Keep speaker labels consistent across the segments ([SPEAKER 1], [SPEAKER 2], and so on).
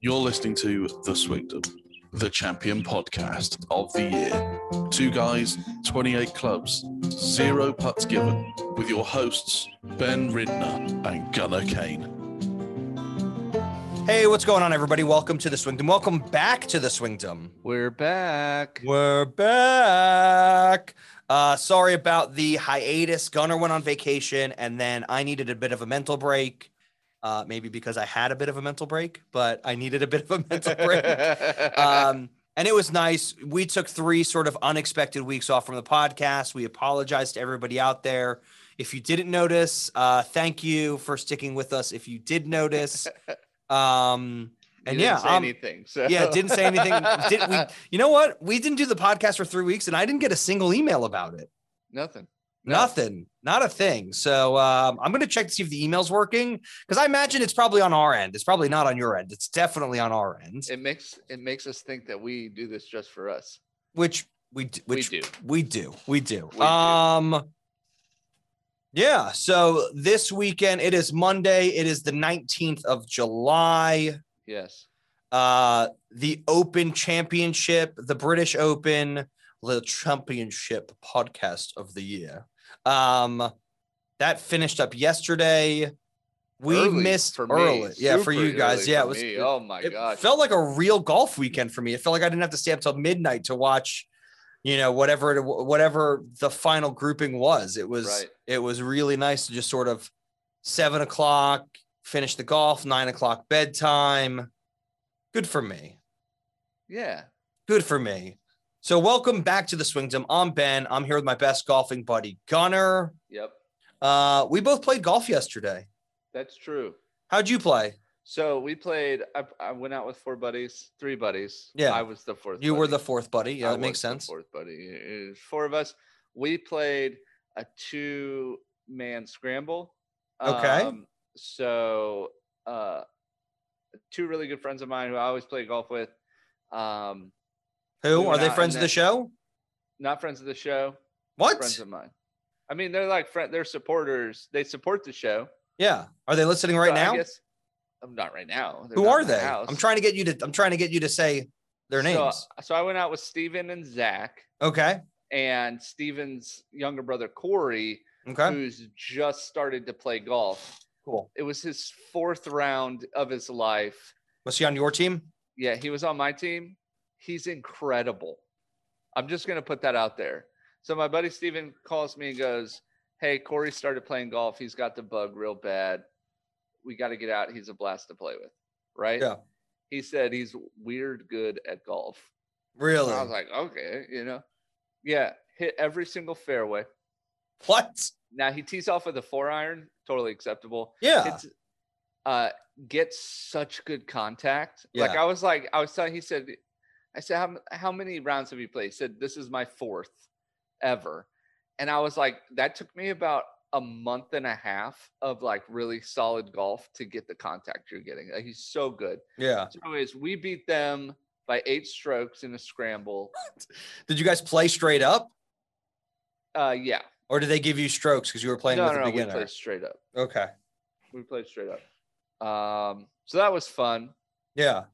[SPEAKER 1] You're listening to The Swingdom, the champion podcast of the year. Two guys, 28 clubs, zero putts given, with your hosts, Ben Ridner and Gunnar Kane.
[SPEAKER 2] Hey, what's going on, everybody? Welcome to the Swingdom. Welcome back to the Swingdom.
[SPEAKER 3] We're back.
[SPEAKER 2] We're back. Uh, sorry about the hiatus. Gunner went on vacation, and then I needed a bit of a mental break. Uh, maybe because I had a bit of a mental break, but I needed a bit of a mental break. um, and it was nice. We took three sort of unexpected weeks off from the podcast. We apologize to everybody out there. If you didn't notice, uh, thank you for sticking with us. If you did notice, um, and
[SPEAKER 3] You
[SPEAKER 2] yeah,
[SPEAKER 3] didn't say
[SPEAKER 2] I'm-
[SPEAKER 3] anything. So
[SPEAKER 2] yeah, didn't say anything. Did we? You know what? We didn't do the podcast for three weeks, and I didn't get a single email about it.
[SPEAKER 3] Nothing. No.
[SPEAKER 2] Nothing, not a thing. So um, I'm gonna check to see if the email's working because I imagine it's probably on our end. It's probably not on your end. It's definitely on our end,
[SPEAKER 3] It makes it makes us think that we do this just for us.
[SPEAKER 2] which we d- which
[SPEAKER 3] we do.
[SPEAKER 2] We do. We do.
[SPEAKER 3] We do.
[SPEAKER 2] um Yeah, so this weekend it is Monday. It is the 19th of July.
[SPEAKER 3] Yes.
[SPEAKER 2] Uh the Open Championship, the British Open, the Championship podcast of the year. Um that finished up yesterday. We
[SPEAKER 3] Early
[SPEAKER 2] missed
[SPEAKER 3] for me.
[SPEAKER 2] early. Yeah, for
[SPEAKER 3] Super
[SPEAKER 2] you guys.
[SPEAKER 3] early
[SPEAKER 2] Yeah,
[SPEAKER 3] for
[SPEAKER 2] it was
[SPEAKER 3] me. oh my
[SPEAKER 2] it
[SPEAKER 3] gosh.
[SPEAKER 2] felt like a real golf weekend for me. It felt like I didn't have to stay up till midnight to watch, you know, whatever it- whatever the final grouping was. It was
[SPEAKER 3] Right.
[SPEAKER 2] it was really nice to just sort of seven o'clock finish the golf, nine o'clock bedtime. Good for me.
[SPEAKER 3] yeah.
[SPEAKER 2] Good for me. So welcome back to the Swingdom. I'm Ben. I'm here with my best golfing buddy Gunner.
[SPEAKER 3] Yep.
[SPEAKER 2] Uh, we both played golf yesterday.
[SPEAKER 3] That's true.
[SPEAKER 2] How'd you play?
[SPEAKER 3] So we played. I, I went out with four buddies, three buddies.
[SPEAKER 2] Yeah.
[SPEAKER 3] I was the fourth.
[SPEAKER 2] You were
[SPEAKER 3] buddy.
[SPEAKER 2] the fourth buddy. Yeah,
[SPEAKER 3] I
[SPEAKER 2] that makes
[SPEAKER 3] was the
[SPEAKER 2] sense.
[SPEAKER 3] Fourth buddy. It was four of us. We played a two man scramble. Um,
[SPEAKER 2] Okay.
[SPEAKER 3] so uh two really good friends of mine who I always play golf with. Um
[SPEAKER 2] Who
[SPEAKER 3] we
[SPEAKER 2] are
[SPEAKER 3] went
[SPEAKER 2] they?
[SPEAKER 3] out and
[SPEAKER 2] Friends of the
[SPEAKER 3] then-
[SPEAKER 2] show?
[SPEAKER 3] not friends of the show,
[SPEAKER 2] What?
[SPEAKER 3] friends of mine. I mean, they're like friend they're supporters. They support the show.
[SPEAKER 2] Yeah. Are they listening right
[SPEAKER 3] but I
[SPEAKER 2] now?
[SPEAKER 3] guess, I'm not right now. They're
[SPEAKER 2] Who
[SPEAKER 3] not
[SPEAKER 2] are
[SPEAKER 3] in my
[SPEAKER 2] they?
[SPEAKER 3] house.
[SPEAKER 2] I'm trying to get you to I'm trying to get you to say their
[SPEAKER 3] So- uh,
[SPEAKER 2] names.
[SPEAKER 3] so I went out with Steven and Zach
[SPEAKER 2] okay.
[SPEAKER 3] and Steven's younger brother Corey.
[SPEAKER 2] Okay.
[SPEAKER 3] who's just started to play golf.
[SPEAKER 2] Cool.
[SPEAKER 3] It was his fourth round of his life.
[SPEAKER 2] Was he on your team?
[SPEAKER 3] Yeah, he was on my team. He's incredible. I'm just going to put that out there. So my buddy Steven calls me and goes, Hey, Corey started playing golf. He's got the bug real bad. We got to get out. He's a blast to play with. Right.
[SPEAKER 2] Yeah.
[SPEAKER 3] He said he's weird good at golf. And
[SPEAKER 2] Really?
[SPEAKER 3] I was like, Okay, you know, yeah, hit every single fairway.
[SPEAKER 2] what?
[SPEAKER 3] Now he tees off with a four iron, totally acceptable.
[SPEAKER 2] Yeah.
[SPEAKER 3] it's uh gets such good contact like
[SPEAKER 2] Yeah.
[SPEAKER 3] i was like i was telling he said i said how, m- how many rounds have you played he said this is my fourth ever and i was like that took me about a month and a half of like really solid golf to get the contact you're getting like he's so good
[SPEAKER 2] Yeah.
[SPEAKER 3] so anyways we beat them by eight strokes in a scramble
[SPEAKER 2] Did you guys play straight up
[SPEAKER 3] uh yeah
[SPEAKER 2] or did they give you strokes because you were playing
[SPEAKER 3] no
[SPEAKER 2] with
[SPEAKER 3] no
[SPEAKER 2] a
[SPEAKER 3] no we
[SPEAKER 2] beginner?
[SPEAKER 3] played straight up
[SPEAKER 2] Okay.
[SPEAKER 3] we played straight up um so that was fun
[SPEAKER 2] Yeah.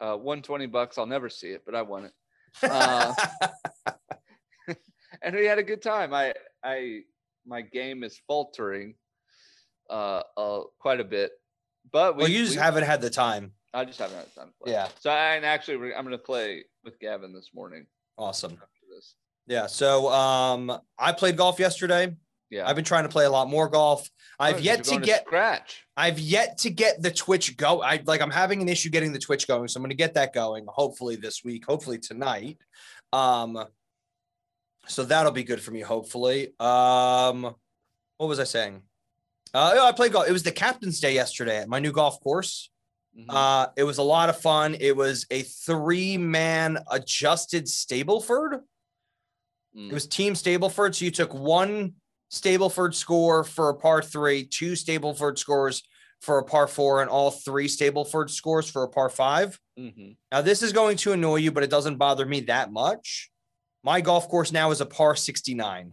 [SPEAKER 3] uh, 120 bucks. I'll never see it, but I won it. Uh, and we had a good time. I, I, my game is faltering, uh, uh quite a bit, but we,
[SPEAKER 2] well, you just
[SPEAKER 3] we-
[SPEAKER 2] haven't had the time.
[SPEAKER 3] I just haven't had time. To play.
[SPEAKER 2] Yeah.
[SPEAKER 3] So I, and actually, we're, I'm going to play with Gavin this morning.
[SPEAKER 2] Awesome.
[SPEAKER 3] After this.
[SPEAKER 2] Yeah. So um I played golf yesterday.
[SPEAKER 3] Yeah.
[SPEAKER 2] I've been trying to play a lot more golf.
[SPEAKER 3] Oh,
[SPEAKER 2] I've
[SPEAKER 3] 'cause
[SPEAKER 2] yet
[SPEAKER 3] you're
[SPEAKER 2] to
[SPEAKER 3] going
[SPEAKER 2] get
[SPEAKER 3] scratch.
[SPEAKER 2] I've yet to get the Twitch go. I like I'm having an issue getting the Twitch going, so I'm going to get that going hopefully this week, hopefully tonight. Um so that'll be good for me hopefully. Um what was I saying? Uh oh, I played golf. It was the captain's day yesterday at my new golf course.
[SPEAKER 3] Mhm.
[SPEAKER 2] Uh it was a lot of fun. It was a three-man adjusted Stableford.
[SPEAKER 3] Mm.
[SPEAKER 2] It was team Stableford. So you took one Stableford score for a par three, two Stableford scores for a par four, and all three Stableford scores for a par five.
[SPEAKER 3] Mhm.
[SPEAKER 2] Now, this is going to annoy you, but it doesn't bother me that much. My golf course now is a par 69.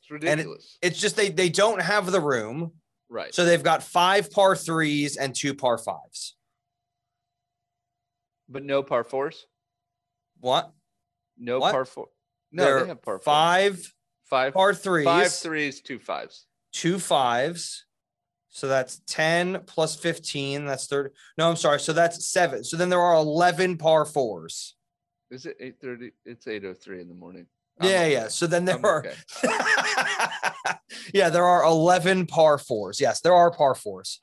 [SPEAKER 3] It's ridiculous.
[SPEAKER 2] It's just they they don't have the room.
[SPEAKER 3] Right.
[SPEAKER 2] So they've got five par threes and two par fives.
[SPEAKER 3] but no par fours.
[SPEAKER 2] What?
[SPEAKER 3] No
[SPEAKER 2] What?
[SPEAKER 3] par four. No,
[SPEAKER 2] They're
[SPEAKER 3] they have par fours.
[SPEAKER 2] five
[SPEAKER 3] Five
[SPEAKER 2] par threes,
[SPEAKER 3] five threes, two fives.
[SPEAKER 2] two fives. So that's 10 plus 15. That's 30. No, I'm sorry. So that's seven. So then there are 11 par fours.
[SPEAKER 3] Is it eight thirty? It's eight oh three in the morning. I'm
[SPEAKER 2] Yeah,
[SPEAKER 3] okay.
[SPEAKER 2] yeah. So then there
[SPEAKER 3] I'm
[SPEAKER 2] are
[SPEAKER 3] okay.
[SPEAKER 2] yeah, there are 11 par fours. Yes, there are par fours.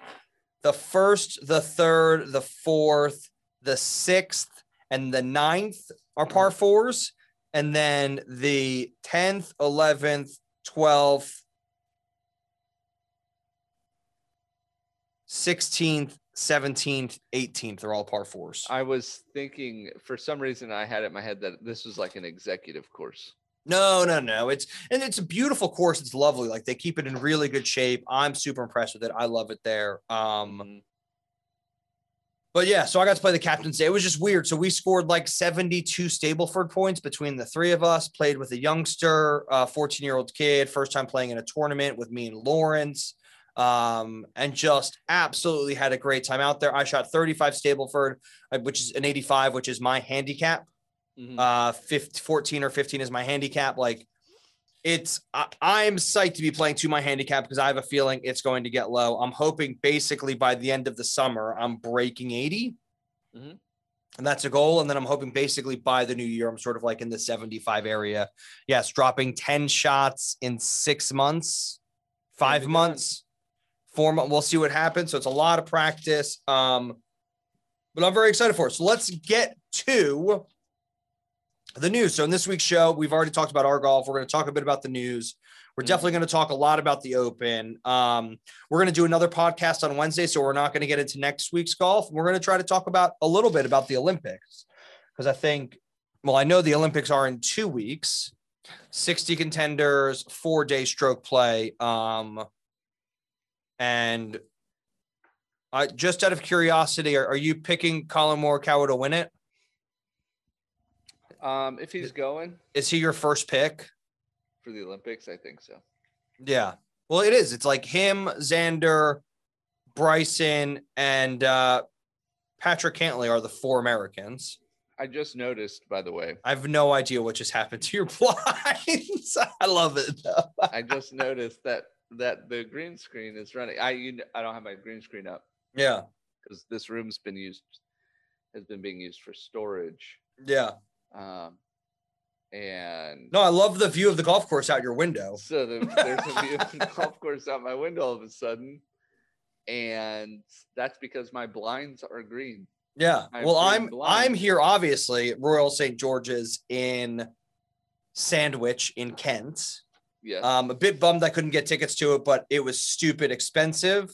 [SPEAKER 2] The first, the third, the fourth, the sixth, and the ninth are par fours. And then the 10th, 11th, 12th, 16th, 17th, 18th are all par fours.
[SPEAKER 3] I was thinking for some reason I had it in my head that this was like an executive course.
[SPEAKER 2] No, no, no. It's and it's a beautiful course. It's lovely. Like they keep it in really good shape. I'm super impressed with it. I love it there. Um,
[SPEAKER 3] Mhm.
[SPEAKER 2] but yeah, so I got to play the captain's day. It was just weird. So we scored like 72 Stableford points between the three of us, played with a youngster, uh, 14 year old kid, first time playing in a tournament with me and Lawrence. Um, and just absolutely had a great time out there. I shot 35 Stableford, uh, which is an 85, which is my handicap
[SPEAKER 3] Mhm.
[SPEAKER 2] uh 15, 14 or 15 is my handicap like it's I, i'm psyched to be playing to my handicap because i have a feeling it's going to get low i'm hoping basically by the end of the summer i'm breaking 80
[SPEAKER 3] Mhm.
[SPEAKER 2] and that's a goal and then i'm hoping basically by the new year i'm sort of like in the 75 area yes dropping 10 shots in six months five
[SPEAKER 3] be done.
[SPEAKER 2] months four months we'll see what happens so it's a lot of practice um but i'm very excited for it so let's get to the news. So in this week's show, we've already talked about our golf. We're going to talk a bit about the news. We're
[SPEAKER 3] Mhm.
[SPEAKER 2] definitely going to talk a lot about the Open. Um, we're going to do another podcast on Wednesday, so we're not going to get into next week's golf. We're going to try to talk about a little bit about the Olympics because I think, well, I know the Olympics are in two weeks, sixty contenders, four day stroke play, um, and. I, just out of curiosity, are, are you picking Colin Morikawa to win it?
[SPEAKER 3] Um, if he's going
[SPEAKER 2] Is he your first pick?
[SPEAKER 3] for the Olympics, I think so.
[SPEAKER 2] Yeah. Well, it is. It's like him, Xander, Bryson, and uh, Patrick Cantley are the four Americans.
[SPEAKER 3] I just noticed, by the way,
[SPEAKER 2] I have no idea what just happened to your blinds. I love it though.
[SPEAKER 3] I just noticed that that the green screen is running. I you kn- I don't have my green screen up
[SPEAKER 2] Yeah.
[SPEAKER 3] because this room's been used has been being used for storage.
[SPEAKER 2] Yeah.
[SPEAKER 3] Um, and
[SPEAKER 2] No, I love the view of the golf course out your window.
[SPEAKER 3] So the, there's a view of the golf course out my window all of a sudden, and that's because my blinds are green.
[SPEAKER 2] Yeah.
[SPEAKER 3] I'm
[SPEAKER 2] well,
[SPEAKER 3] pretty
[SPEAKER 2] I'm
[SPEAKER 3] blind.
[SPEAKER 2] I'm here obviously at Royal St. George's in Sandwich in Kent.
[SPEAKER 3] Yes,
[SPEAKER 2] Um, a bit bummed I couldn't get tickets to it, but it was stupid expensive.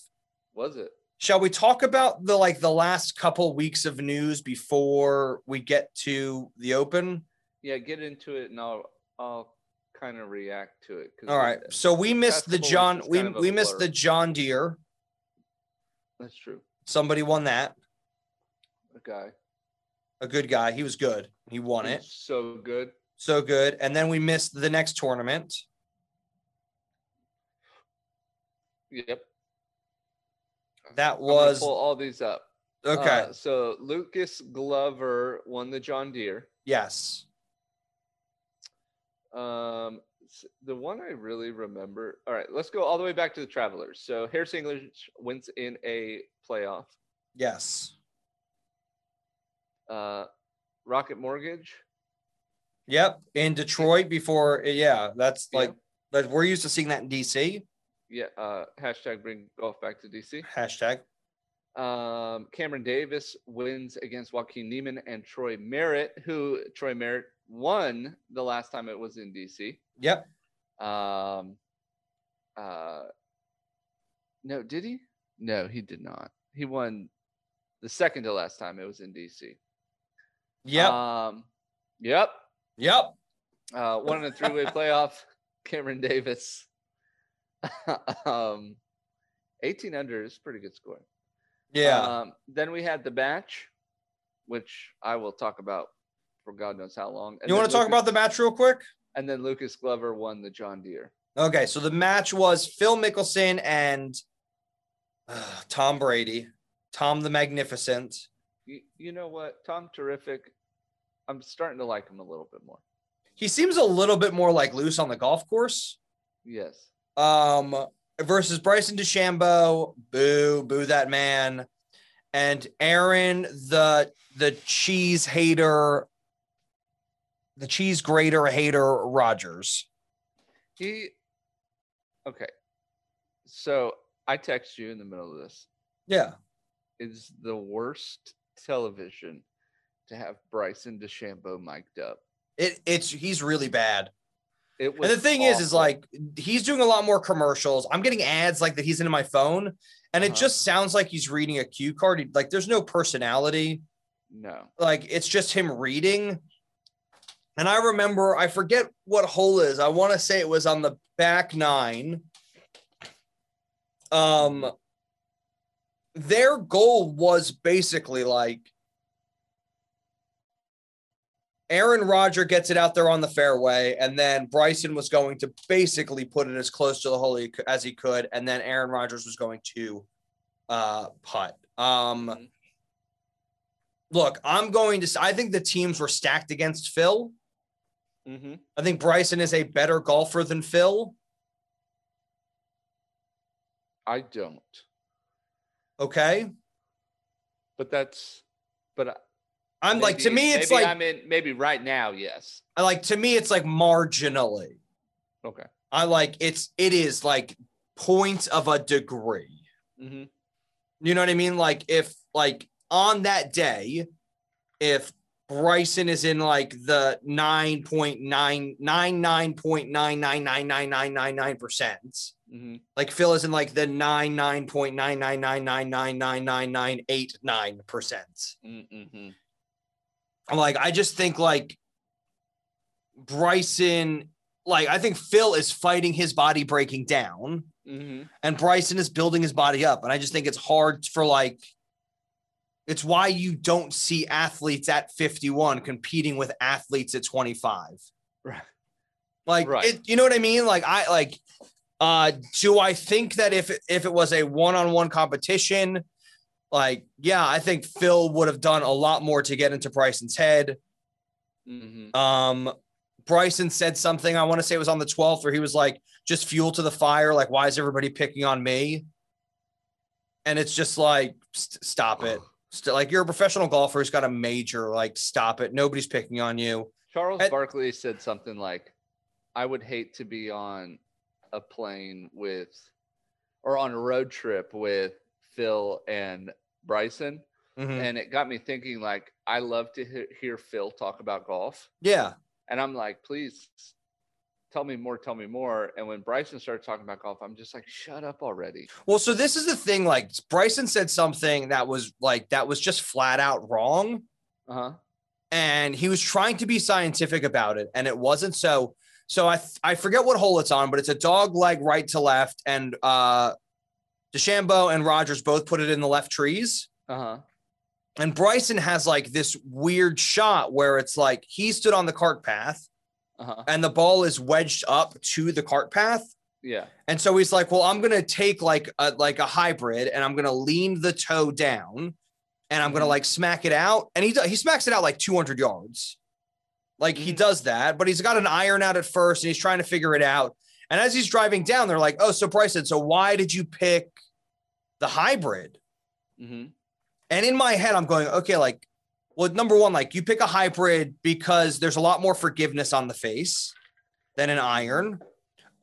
[SPEAKER 3] was it?
[SPEAKER 2] Shall we talk about the like the last couple weeks of news before we get to the open?
[SPEAKER 3] Yeah, get into it, and I'll I'll kind of react to it. 'cause
[SPEAKER 2] All
[SPEAKER 3] we-
[SPEAKER 2] right. So we missed the
[SPEAKER 3] Basketball was
[SPEAKER 2] John
[SPEAKER 3] just
[SPEAKER 2] we
[SPEAKER 3] kind of a
[SPEAKER 2] we missed
[SPEAKER 3] blur.
[SPEAKER 2] the John Deere.
[SPEAKER 3] that's true.
[SPEAKER 2] Somebody won that.
[SPEAKER 3] A guy
[SPEAKER 2] A good guy. He was good. He won
[SPEAKER 3] who's
[SPEAKER 2] it.
[SPEAKER 3] so good.
[SPEAKER 2] So good. And then we missed the next tournament.
[SPEAKER 3] Yep,
[SPEAKER 2] That
[SPEAKER 3] I'm gonna
[SPEAKER 2] was
[SPEAKER 3] pull all these up.
[SPEAKER 2] okay.
[SPEAKER 3] Uh, so Lucas Glover won the John Deere.
[SPEAKER 2] yes.
[SPEAKER 3] Um, s- the one I really remember. All right, let's go all the way back to the Travelers. So Harris English wins in a playoff.
[SPEAKER 2] Yes.
[SPEAKER 3] Uh, Rocket Mortgage.
[SPEAKER 2] Yep. In Detroit before yeah, that's
[SPEAKER 3] Yeah.
[SPEAKER 2] like like we're used to seeing that in DC.
[SPEAKER 3] Yeah. Uh, hashtag bring golf back to DC.
[SPEAKER 2] Hashtag.
[SPEAKER 3] Um, Cameron Davis wins against Joaquin Neiman and Troy Merritt, who Troy Merritt won the last time it was in DC.
[SPEAKER 2] Yep.
[SPEAKER 3] Um, uh, no, did he? No, he did not. He won the second to last time it was in DC.
[SPEAKER 2] Yep.
[SPEAKER 3] Um, yep.
[SPEAKER 2] yep.
[SPEAKER 3] Uh, one in a three-way playoff. Cameron Davis. um, 18 under is a pretty good score.
[SPEAKER 2] Yeah.
[SPEAKER 3] Um, then we had the batch, which I will talk about for God knows how long. And
[SPEAKER 2] you
[SPEAKER 3] then
[SPEAKER 2] want to talk
[SPEAKER 3] Lucas-
[SPEAKER 2] about the match real quick?
[SPEAKER 3] And then Lucas Glover won the John Deere.
[SPEAKER 2] Okay, so the match was Phil Mickelson and Ah, Tom Brady, Tom the Magnificent.
[SPEAKER 3] You, you know what? Tom Terrific. I'm starting to like him a little bit more.
[SPEAKER 2] He seems a little bit more like loose on the golf course.
[SPEAKER 3] Yes.
[SPEAKER 2] Um, versus Bryson DeChambeau. Boo, boo that man. And Aaron, the the cheese hater, the cheese grater hater Rogers.
[SPEAKER 3] He okay. So I text you in the middle of this.
[SPEAKER 2] Yeah.
[SPEAKER 3] It's the worst television to have Bryson DeChambeau mic'd up.
[SPEAKER 2] It it's he's really bad.
[SPEAKER 3] It
[SPEAKER 2] And
[SPEAKER 3] was
[SPEAKER 2] the thing is, is
[SPEAKER 3] awful.
[SPEAKER 2] like he's doing a lot more commercials. I'm getting ads like that he's into my phone, and it
[SPEAKER 3] Uh-huh.
[SPEAKER 2] just sounds like he's reading a cue card. He- Like there's no personality.
[SPEAKER 3] no.
[SPEAKER 2] Like it's just him reading. And I remember, I forget what hole is. I want to say it was on the back nine. Um, their goal was basically like Aaron Rodger gets it out there on the fairway, and then Bryson was going to basically put it as close to the hole he c- as he could, and then Aaron Rodgers was going to uh, putt. Um,
[SPEAKER 3] Mhm.
[SPEAKER 2] look, I'm going to. s- I think the teams were stacked against Phil.
[SPEAKER 3] Mm-hmm.
[SPEAKER 2] I think Bryson is a better golfer than Phil.
[SPEAKER 3] I don't.
[SPEAKER 2] Okay,
[SPEAKER 3] But that's but I-
[SPEAKER 2] I'm like to
[SPEAKER 3] maybe-
[SPEAKER 2] me, it's
[SPEAKER 3] maybe
[SPEAKER 2] like
[SPEAKER 3] I'm in maybe right now, yes.
[SPEAKER 2] I like to me, it's like marginally.
[SPEAKER 3] Okay.
[SPEAKER 2] I like it's it is like points of a degree.
[SPEAKER 3] Mm-hmm.
[SPEAKER 2] You know what I mean? Like if like on that day, if Bryson is in like the 9.999.999999999%,
[SPEAKER 3] Mm-hmm.
[SPEAKER 2] like Phil is in like the 99.999999989%.
[SPEAKER 3] Mm-hmm.
[SPEAKER 2] I'm like, I just think like Bryson, like I think Phil is fighting his body breaking down
[SPEAKER 3] Mm-hmm.
[SPEAKER 2] and Bryson is building his body up. And I just think it's hard for like, it's why you don't see athletes at 51 competing with athletes at 25.
[SPEAKER 3] Right.
[SPEAKER 2] Like,
[SPEAKER 3] Right.
[SPEAKER 2] It, you know what I mean? Like, I like, uh, do I think that if it- if it was a one on one competition, like, yeah, I think Phil would have done a lot more to get into Bryson's head.
[SPEAKER 3] Mm-hmm.
[SPEAKER 2] Um, Bryson said something. I want to say it was on the 12th, where he was like, "Just fuel to the fire. Like, why is everybody picking on me?" And it's just like, st- stop it. St- like, you're a professional golfer who's got a major. Like, stop it. Nobody's picking on you.
[SPEAKER 3] Charles
[SPEAKER 2] At-
[SPEAKER 3] Barkley said something like, "I would hate to be on a plane with, or on a road trip with Phil and Bryson,"
[SPEAKER 2] Mhm.
[SPEAKER 3] and it got me thinking. Like, I love to he- hear Phil talk about golf,
[SPEAKER 2] Yeah,
[SPEAKER 3] and I'm like, "Please, tell me more, tell me more." And when Bryson started talking about golf, I'm just like, "Shut up already!"
[SPEAKER 2] Well, so this is the thing. Like, Bryson said something that was like that was just flat out wrong.
[SPEAKER 3] Uh huh.
[SPEAKER 2] and he was trying to be scientific about it, and it wasn't so. So I I forget what hole it's on, but it's a dog leg right to left, and uh, DeChambeau and Rogers both put it in the left trees,
[SPEAKER 3] Uh huh.
[SPEAKER 2] and Bryson has like this weird shot where it's like he stood on the cart path,
[SPEAKER 3] Uh huh.
[SPEAKER 2] and the ball is wedged up to the cart path,
[SPEAKER 3] Yeah.
[SPEAKER 2] and so he's like, well, I'm gonna take like a like a hybrid, and I'm gonna lean the toe down, and I'm gonna
[SPEAKER 3] Mhm.
[SPEAKER 2] like smack it out, and he do- he smacks it out like 200 yards, like he
[SPEAKER 3] Mhm.
[SPEAKER 2] does that, but he's got an iron out at first, and he's trying to figure it out, and as he's driving down, they're like, oh, so Bryson, so why did you pick the hybrid?
[SPEAKER 3] Mm-hmm.
[SPEAKER 2] And in my head, I'm going, okay, like, well, number one, like you pick a hybrid because there's a lot more forgiveness on the face than an iron.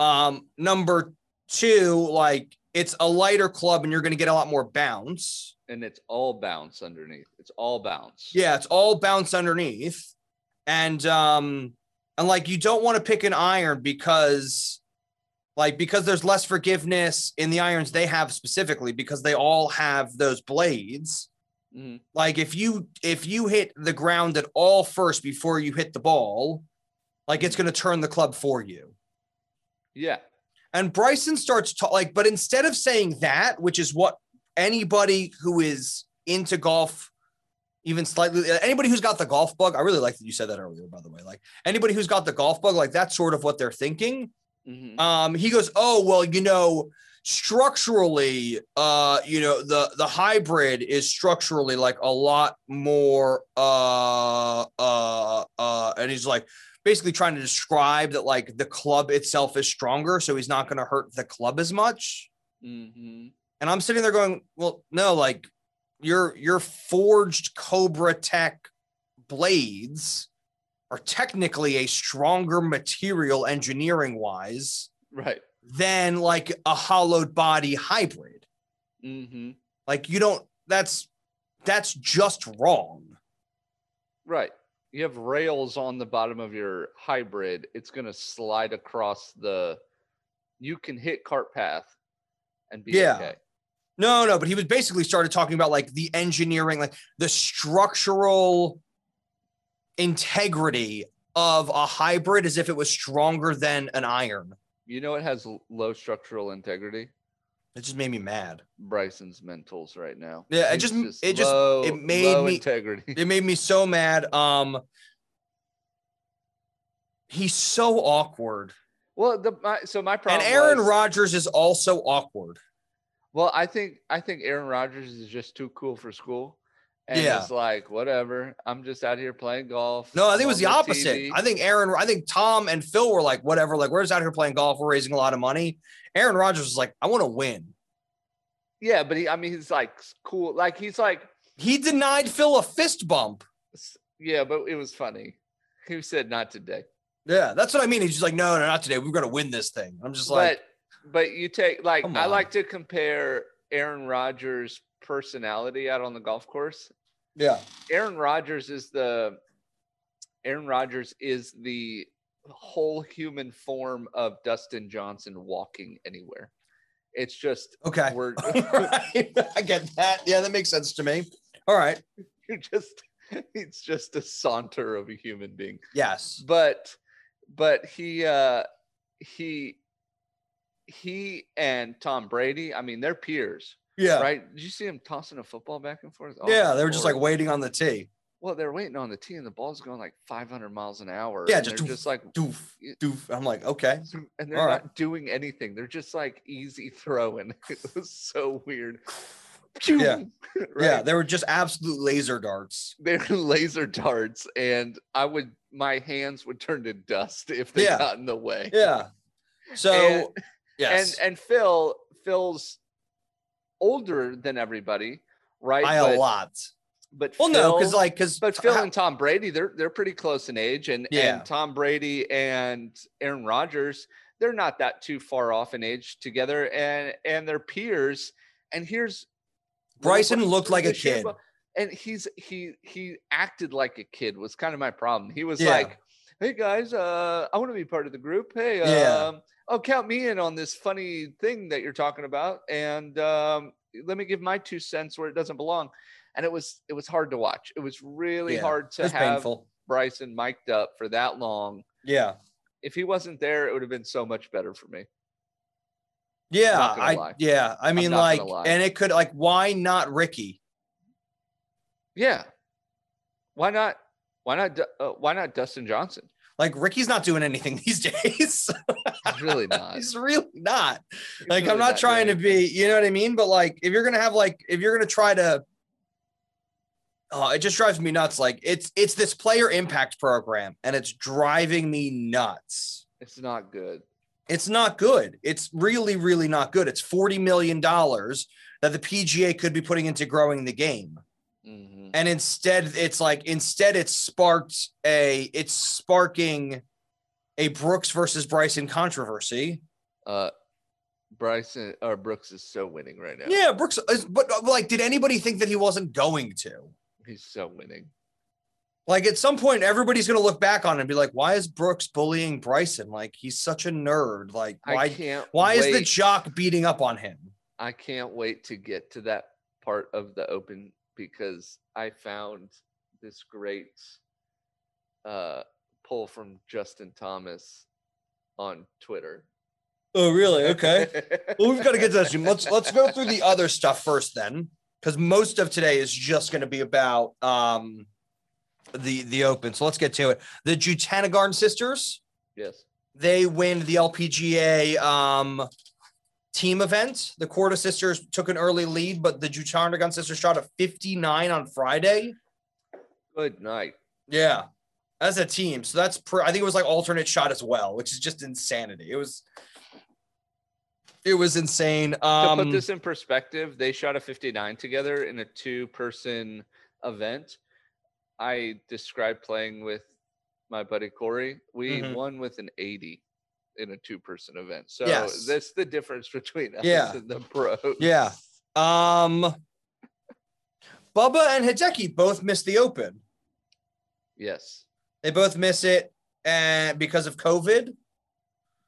[SPEAKER 2] Um, number two, like it's a lighter club and you're going to get a lot more bounce.
[SPEAKER 3] And it's all bounce underneath. It's all bounce.
[SPEAKER 2] Yeah, it's all bounce underneath. And um, and like you don't want to pick an iron because like because there's less forgiveness in the irons they have specifically because they all have those blades.
[SPEAKER 3] Mm-hmm.
[SPEAKER 2] like if you if you hit the ground at all first before you hit the ball like it's going to turn the club for you
[SPEAKER 3] Yeah.
[SPEAKER 2] and bryson starts to like but instead of saying that which is what anybody who is into golf even slightly anybody who's got the golf bug i really like that you said that earlier by the way like anybody who's got the golf bug like that's sort of what they're thinking
[SPEAKER 3] Mm-hmm.
[SPEAKER 2] um, he goes, Oh, well, you know, structurally, uh, you know, the the hybrid is structurally like a lot more uh uh uh and he's like basically trying to describe that like the club itself is stronger, so he's not gonna hurt the club as much.
[SPEAKER 3] hmm
[SPEAKER 2] And I'm sitting there going, Well, no, like your your forged Cobra Tech blades are technically a stronger material engineering wise
[SPEAKER 3] Right.
[SPEAKER 2] than like a hollowed body hybrid.
[SPEAKER 3] hmm
[SPEAKER 2] Like you don't that's that's just wrong.
[SPEAKER 3] Right. You have rails on the bottom of your hybrid. It's going to slide across the. You can hit cart path and be
[SPEAKER 2] Yeah.
[SPEAKER 3] okay.
[SPEAKER 2] No, no, but he was basically started talking about like the engineering, like the structural integrity of a hybrid as if it was stronger than an iron.
[SPEAKER 3] You know, it has l- low structural integrity.
[SPEAKER 2] It just made me mad.
[SPEAKER 3] Bryson's mentals right now.
[SPEAKER 2] Yeah, it
[SPEAKER 3] He's
[SPEAKER 2] just- it just-
[SPEAKER 3] low-
[SPEAKER 2] it made
[SPEAKER 3] low
[SPEAKER 2] me-
[SPEAKER 3] integrity.
[SPEAKER 2] It made me so mad. Um he's so awkward.
[SPEAKER 3] Well, the my, so my problem
[SPEAKER 2] And Aaron
[SPEAKER 3] was-
[SPEAKER 2] Rodgers is also awkward.
[SPEAKER 3] Well, I think I think Aaron Rodgers is just too cool for school. And
[SPEAKER 2] Yeah.
[SPEAKER 3] it's like, whatever. I'm just out here playing golf.
[SPEAKER 2] No, I think
[SPEAKER 3] I'm
[SPEAKER 2] it was the
[SPEAKER 3] on
[SPEAKER 2] opposite.
[SPEAKER 3] TV."
[SPEAKER 2] I think Aaron, I think Tom and Phil were like, whatever, like, we're just out here playing golf. We're raising a lot of money. Aaron Rodgers was like, I want to win.
[SPEAKER 3] yeah, but he I mean he's like s- cool. Like he's like
[SPEAKER 2] He denied Phil a fist bump.
[SPEAKER 3] s- yeah, but it was funny. He said not today.
[SPEAKER 2] Yeah, that's what I mean. He's just like, no, no, not today. We're going to win this thing. I'm just like,
[SPEAKER 3] but but you take like
[SPEAKER 2] Come
[SPEAKER 3] I
[SPEAKER 2] on.
[SPEAKER 3] like to compare Aaron Rodgers' personality out on the golf course.
[SPEAKER 2] yeah,
[SPEAKER 3] Aaron Rodgers is the Aaron Rodgers is the whole human form of Dustin Johnson walking anywhere. It's just
[SPEAKER 2] okay.
[SPEAKER 3] we're
[SPEAKER 2] right. I get that. Yeah, that makes sense to me. All right.
[SPEAKER 3] you're just it's just a saunter of a human being.
[SPEAKER 2] Yes.
[SPEAKER 3] But but he uh he he and Tom Brady, I mean they're peers,
[SPEAKER 2] Yeah.
[SPEAKER 3] right? Did you see him tossing a football back and forth? Oh,
[SPEAKER 2] yeah.
[SPEAKER 3] my
[SPEAKER 2] They were just like
[SPEAKER 3] Lord.
[SPEAKER 2] waiting on the tee.
[SPEAKER 3] well, they're waiting on the tee and the ball's going like 500 miles an hour.
[SPEAKER 2] Yeah,
[SPEAKER 3] and
[SPEAKER 2] just
[SPEAKER 3] they're
[SPEAKER 2] doof,
[SPEAKER 3] just like
[SPEAKER 2] Doof, doof. I'm like, okay.
[SPEAKER 3] Zoom, and they're
[SPEAKER 2] All right.
[SPEAKER 3] not doing anything. They're just like easy throwing. It was so weird. Pew!
[SPEAKER 2] Yeah.
[SPEAKER 3] right?
[SPEAKER 2] Yeah. They were just absolute laser darts.
[SPEAKER 3] They're laser darts, and I would my hands would turn to dust if they
[SPEAKER 2] Yeah.
[SPEAKER 3] got in the way.
[SPEAKER 2] Yeah. So,
[SPEAKER 3] And-
[SPEAKER 2] yes.
[SPEAKER 3] And and Phil, Phil's older than everybody, right?
[SPEAKER 2] by
[SPEAKER 3] but,
[SPEAKER 2] a lot.
[SPEAKER 3] But
[SPEAKER 2] Well, no, because
[SPEAKER 3] Phil-
[SPEAKER 2] like, because
[SPEAKER 3] but Phil and Tom Brady, they're they're pretty close in age, and
[SPEAKER 2] Yeah.
[SPEAKER 3] and Tom Brady and Aaron Rodgers, they're not that too far off in age together, and and their peers. And here's
[SPEAKER 2] Bryson
[SPEAKER 3] Bryson
[SPEAKER 2] looked like a kid.
[SPEAKER 3] Dechambeau- and he's he he acted like a kid was kind of my problem. He was
[SPEAKER 2] Yeah.
[SPEAKER 3] like, "Hey guys, uh, I want to be part of the group. Hey, um,
[SPEAKER 2] Yeah.
[SPEAKER 3] oh count me in on this funny thing that you're talking about, and um, let me give my two cents where it doesn't belong." And it was it was hard to watch. It was really
[SPEAKER 2] Yeah,
[SPEAKER 3] hard to
[SPEAKER 2] It's
[SPEAKER 3] have
[SPEAKER 2] painful.
[SPEAKER 3] Bryson mic'd up for that long.
[SPEAKER 2] Yeah,
[SPEAKER 3] If he wasn't there, it would have been so much better for me.
[SPEAKER 2] yeah,
[SPEAKER 3] Not gonna
[SPEAKER 2] I
[SPEAKER 3] lie.
[SPEAKER 2] yeah. I mean,
[SPEAKER 3] not
[SPEAKER 2] like,
[SPEAKER 3] gonna lie.
[SPEAKER 2] and it could like, why not Ricky?
[SPEAKER 3] Yeah, why not? Why not? Du- Uh, why not Dustin Johnson?
[SPEAKER 2] Like, Ricky's not doing anything these days.
[SPEAKER 3] He's really not.
[SPEAKER 2] He's really not.
[SPEAKER 3] He's
[SPEAKER 2] Like,
[SPEAKER 3] really
[SPEAKER 2] I'm not,
[SPEAKER 3] doing
[SPEAKER 2] trying to
[SPEAKER 3] anything.
[SPEAKER 2] be. You know what I mean? But like, if you're gonna have like, if you're gonna try to. Oh, it just drives me nuts. Like it's it's this player impact program, and it's driving me nuts.
[SPEAKER 3] It's not good.
[SPEAKER 2] It's not good. It's really, really not good. It's $40 million that the PGA could be putting into growing the game.
[SPEAKER 3] hmm
[SPEAKER 2] And instead, it's like, instead, it's sparked a, it's sparking a Brooks versus Bryson controversy.
[SPEAKER 3] Uh, Bryson or Brooks is so winning right now.
[SPEAKER 2] Yeah, Brooks, is, but uh, like, did anybody think that he wasn't going to?
[SPEAKER 3] he's so winning.
[SPEAKER 2] Like, at some point, everybody's going to look back on it and be like, why is Brooks bullying Bryson? Like, he's such a nerd. Like,
[SPEAKER 3] I
[SPEAKER 2] why,
[SPEAKER 3] can't.
[SPEAKER 2] why is
[SPEAKER 3] wait.
[SPEAKER 2] the jock beating up on him?
[SPEAKER 3] I can't wait to get to that part of the open because I found this great uh pull from Justin Thomas on Twitter.
[SPEAKER 2] Oh, really? Okay. well, we've got to get to that soon. Let's let's go through the other stuff first, then, because most of today is just going to be about um, the the Open. So let's get to it. The Jutanagarn sisters
[SPEAKER 3] yes.
[SPEAKER 2] they win the LPGA um, team event. The Corda sisters took an early lead, but the Juchandragon sisters shot a 59 on Friday.
[SPEAKER 3] Good night.
[SPEAKER 2] Yeah, as a team. So that's pr- I think it was like alternate shot as well, which is just insanity. It was it was insane. Um,
[SPEAKER 3] to put this in perspective, they shot a 59 together in a two person event. I described playing with my buddy Corey. We
[SPEAKER 2] Mhm.
[SPEAKER 3] won with an 80 in a two person event. So
[SPEAKER 2] Yes.
[SPEAKER 3] that's the difference between us
[SPEAKER 2] Yeah.
[SPEAKER 3] and the pros.
[SPEAKER 2] yeah. Um, Bubba and Hideki both missed the Open.
[SPEAKER 3] Yes.
[SPEAKER 2] They both miss it, and because of COVID.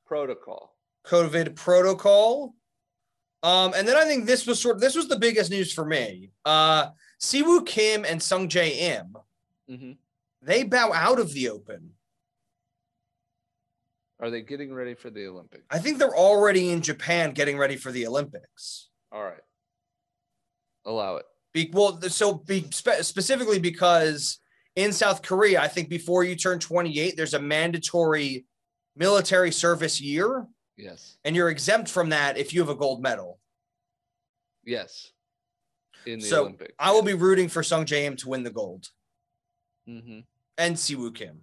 [SPEAKER 3] Protocol.
[SPEAKER 2] COVID protocol. Um, and then I think this was sort of this was the biggest news for me. Uh, Siwoo Kim and Sung J M
[SPEAKER 3] hmm
[SPEAKER 2] they bow out of the Open.
[SPEAKER 3] Are they getting ready for the Olympics?
[SPEAKER 2] I think they're already in Japan getting ready for the Olympics.
[SPEAKER 3] All right. Allow it.
[SPEAKER 2] Be, well, so be, spe- specifically because in South Korea, I think before you turn 28, there's a mandatory military service year,
[SPEAKER 3] Yes.
[SPEAKER 2] and you're exempt from that if you have a gold medal.
[SPEAKER 3] Yes. In the
[SPEAKER 2] So,
[SPEAKER 3] Olympics.
[SPEAKER 2] I will be rooting for Sung J M to win the gold
[SPEAKER 3] hmm
[SPEAKER 2] and Siwoo Kim.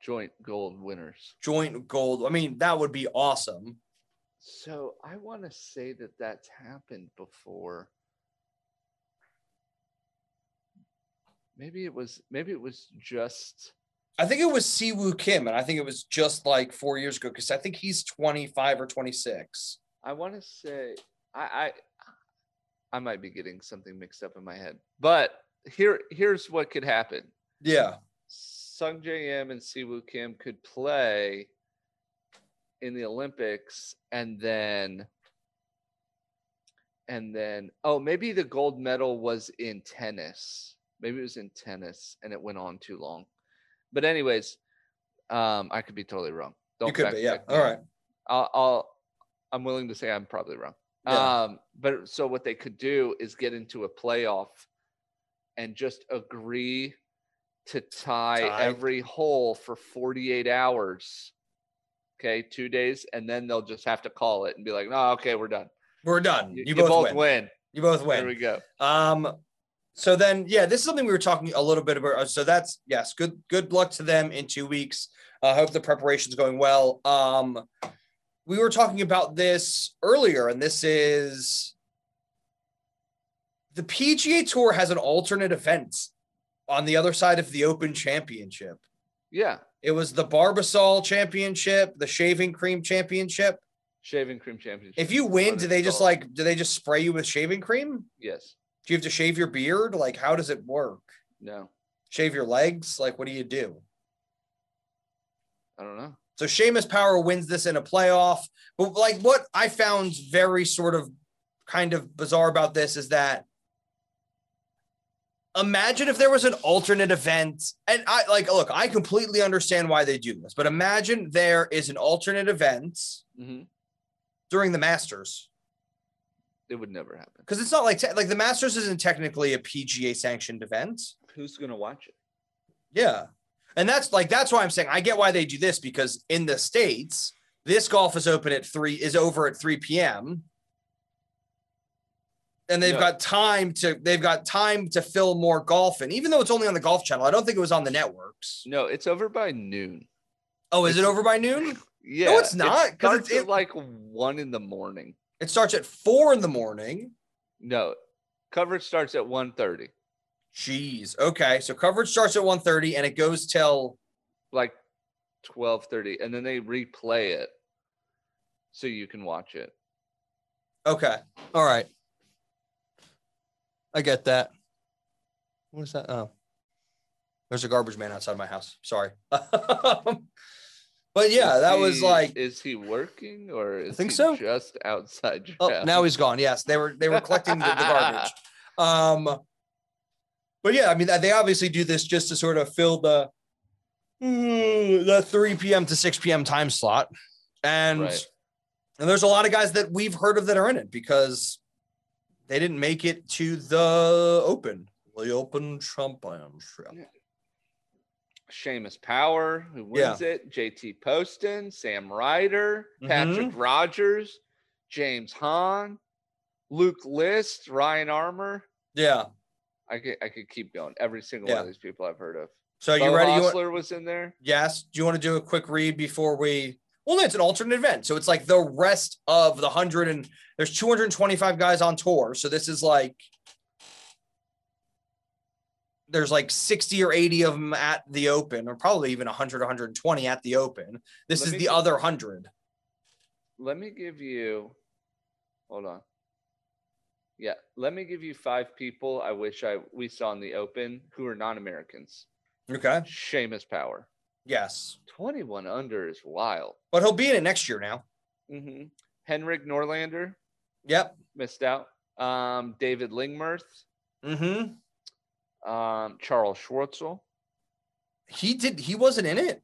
[SPEAKER 3] joint gold winners.
[SPEAKER 2] joint gold. I mean, that would be awesome.
[SPEAKER 3] So I want to say that that's happened before. Maybe it was maybe it was just
[SPEAKER 2] I think it was Siwoo Kim, and I think it was just like four years ago because I think he's 25 or 26.
[SPEAKER 3] I want to say I, I I might be getting something mixed up in my head. But here here's what could happen.
[SPEAKER 2] Yeah.
[SPEAKER 3] Sung JM and Siwoo Kim could play in the Olympics and then and then oh maybe the gold medal was in tennis. Maybe it was in tennis and it went on too long. But anyways, um I could be totally wrong. Don't
[SPEAKER 2] you could
[SPEAKER 3] fact
[SPEAKER 2] be. Yeah.
[SPEAKER 3] check me
[SPEAKER 2] All
[SPEAKER 3] on
[SPEAKER 2] right.
[SPEAKER 3] I'll, I'll I'm willing to say I'm probably wrong.
[SPEAKER 2] Yeah.
[SPEAKER 3] Um, but so what they could do is get into a playoff and just agree to tie,
[SPEAKER 2] Tie.
[SPEAKER 3] every hole for 48 hours. Okay, two days, and then they'll just have to call it and be like, "No, okay, we're done.
[SPEAKER 2] We're done. You, both, win. You both
[SPEAKER 3] There we
[SPEAKER 2] win.
[SPEAKER 3] go.
[SPEAKER 2] Um, so then, yeah, this is something we were talking a little bit about. Uh, So that's yes, good good luck to them in two weeks. I hope the preparation's going well. Um, we were talking about this earlier, and this is the PGA Tour has an alternate event on the other side of the Open Championship.
[SPEAKER 3] Yeah,
[SPEAKER 2] It was the Barbasol Championship, the Shaving Cream Championship.
[SPEAKER 3] shaving cream championship.
[SPEAKER 2] If you
[SPEAKER 3] is
[SPEAKER 2] win,
[SPEAKER 3] what
[SPEAKER 2] do
[SPEAKER 3] it's
[SPEAKER 2] they just
[SPEAKER 3] called.
[SPEAKER 2] like do they just spray you with shaving cream?
[SPEAKER 3] Yes.
[SPEAKER 2] Do you have to shave your beard? Like, how does it work?
[SPEAKER 3] No.
[SPEAKER 2] Shave your legs? Like, what do you do?
[SPEAKER 3] I don't know.
[SPEAKER 2] So Seamus Power wins this in a playoff. But like what I found very sort of kind of bizarre about this is that imagine if there was an alternate event. And I like look, I completely understand why they do this, but imagine there is an alternate event
[SPEAKER 3] hmm
[SPEAKER 2] during the Masters.
[SPEAKER 3] It would never happen.
[SPEAKER 2] Because it's not like te- like the Masters isn't technically a PGA sanctioned event.
[SPEAKER 3] Who's gonna watch it?
[SPEAKER 2] Yeah. And that's like that's why I'm saying I get why they do this because in the states this golf is open at 3 is over at 3 p.m. and they've
[SPEAKER 3] Yeah.
[SPEAKER 2] got time to they've got time to fill more golf and even though it's only on the golf channel I don't think it was on the networks.
[SPEAKER 3] No, it's over by noon.
[SPEAKER 2] Oh, is it over by noon?
[SPEAKER 3] Yeah,
[SPEAKER 2] it's not,
[SPEAKER 3] It
[SPEAKER 2] 'cause it's-
[SPEAKER 3] starts at
[SPEAKER 2] it-
[SPEAKER 3] like one in the morning.
[SPEAKER 2] It starts at 4 in the morning.
[SPEAKER 3] No, coverage starts at 1.30,
[SPEAKER 2] Jeez. Okay. So coverage starts at 1:30 and it goes till
[SPEAKER 3] like twelve thirty, and then they replay it so you can watch it.
[SPEAKER 2] Okay. All right. I get that. What is that? Oh, there's a garbage man outside my house. Sorry. Um, but yeah,
[SPEAKER 3] Is
[SPEAKER 2] that was
[SPEAKER 3] he-
[SPEAKER 2] like.
[SPEAKER 3] Is he working or is
[SPEAKER 2] think
[SPEAKER 3] he
[SPEAKER 2] so.
[SPEAKER 3] just outside? your
[SPEAKER 2] Oh,
[SPEAKER 3] house?
[SPEAKER 2] now he's gone. Yes, they were they were collecting the, the garbage. Um, but yeah, I mean, they obviously do this just to sort of fill the mm, the 3 p.m. to 6 p.m. time slot, and
[SPEAKER 3] Right.
[SPEAKER 2] and there's a lot of guys that we've heard of that are in it because they didn't make it to the Open, the Open Championship.
[SPEAKER 3] Seamus Power, who
[SPEAKER 2] Yeah. Mm-hmm.
[SPEAKER 3] wins it, JT Poston, Sam Ryder, Patrick Rogers, James Hahn, Luke List, Ryan Armour.
[SPEAKER 2] Yeah.
[SPEAKER 3] I could I could keep going. Every single one of
[SPEAKER 2] Yeah.
[SPEAKER 3] these people I've heard of.
[SPEAKER 2] So you
[SPEAKER 3] Bo
[SPEAKER 2] ready? You want-
[SPEAKER 3] Hostler was in there.
[SPEAKER 2] yes. Do you want to do a quick read before we? Well, no, it's an alternate event, so it's like the rest of the hundred and there's 225 guys on tour. So this is like there's like 60 or 80 of them at the open, or probably even 100, 120 at the open. This
[SPEAKER 3] Let
[SPEAKER 2] is
[SPEAKER 3] me
[SPEAKER 2] the
[SPEAKER 3] get-
[SPEAKER 2] other hundred.
[SPEAKER 3] Let me give you. Hold on. Yeah, let me give you five people I wish I we saw in the open who are non-Americans.
[SPEAKER 2] Okay.
[SPEAKER 3] Seamus Power,
[SPEAKER 2] Yes,
[SPEAKER 3] 21 under is wild.
[SPEAKER 2] but he'll be in it next year now.
[SPEAKER 3] hmm Henrik Norlander
[SPEAKER 2] Yep.
[SPEAKER 3] missed out. Um, David Lingmerth,
[SPEAKER 2] Mm-hmm.
[SPEAKER 3] um, Charles Schwartzel.
[SPEAKER 2] He did. He wasn't in it.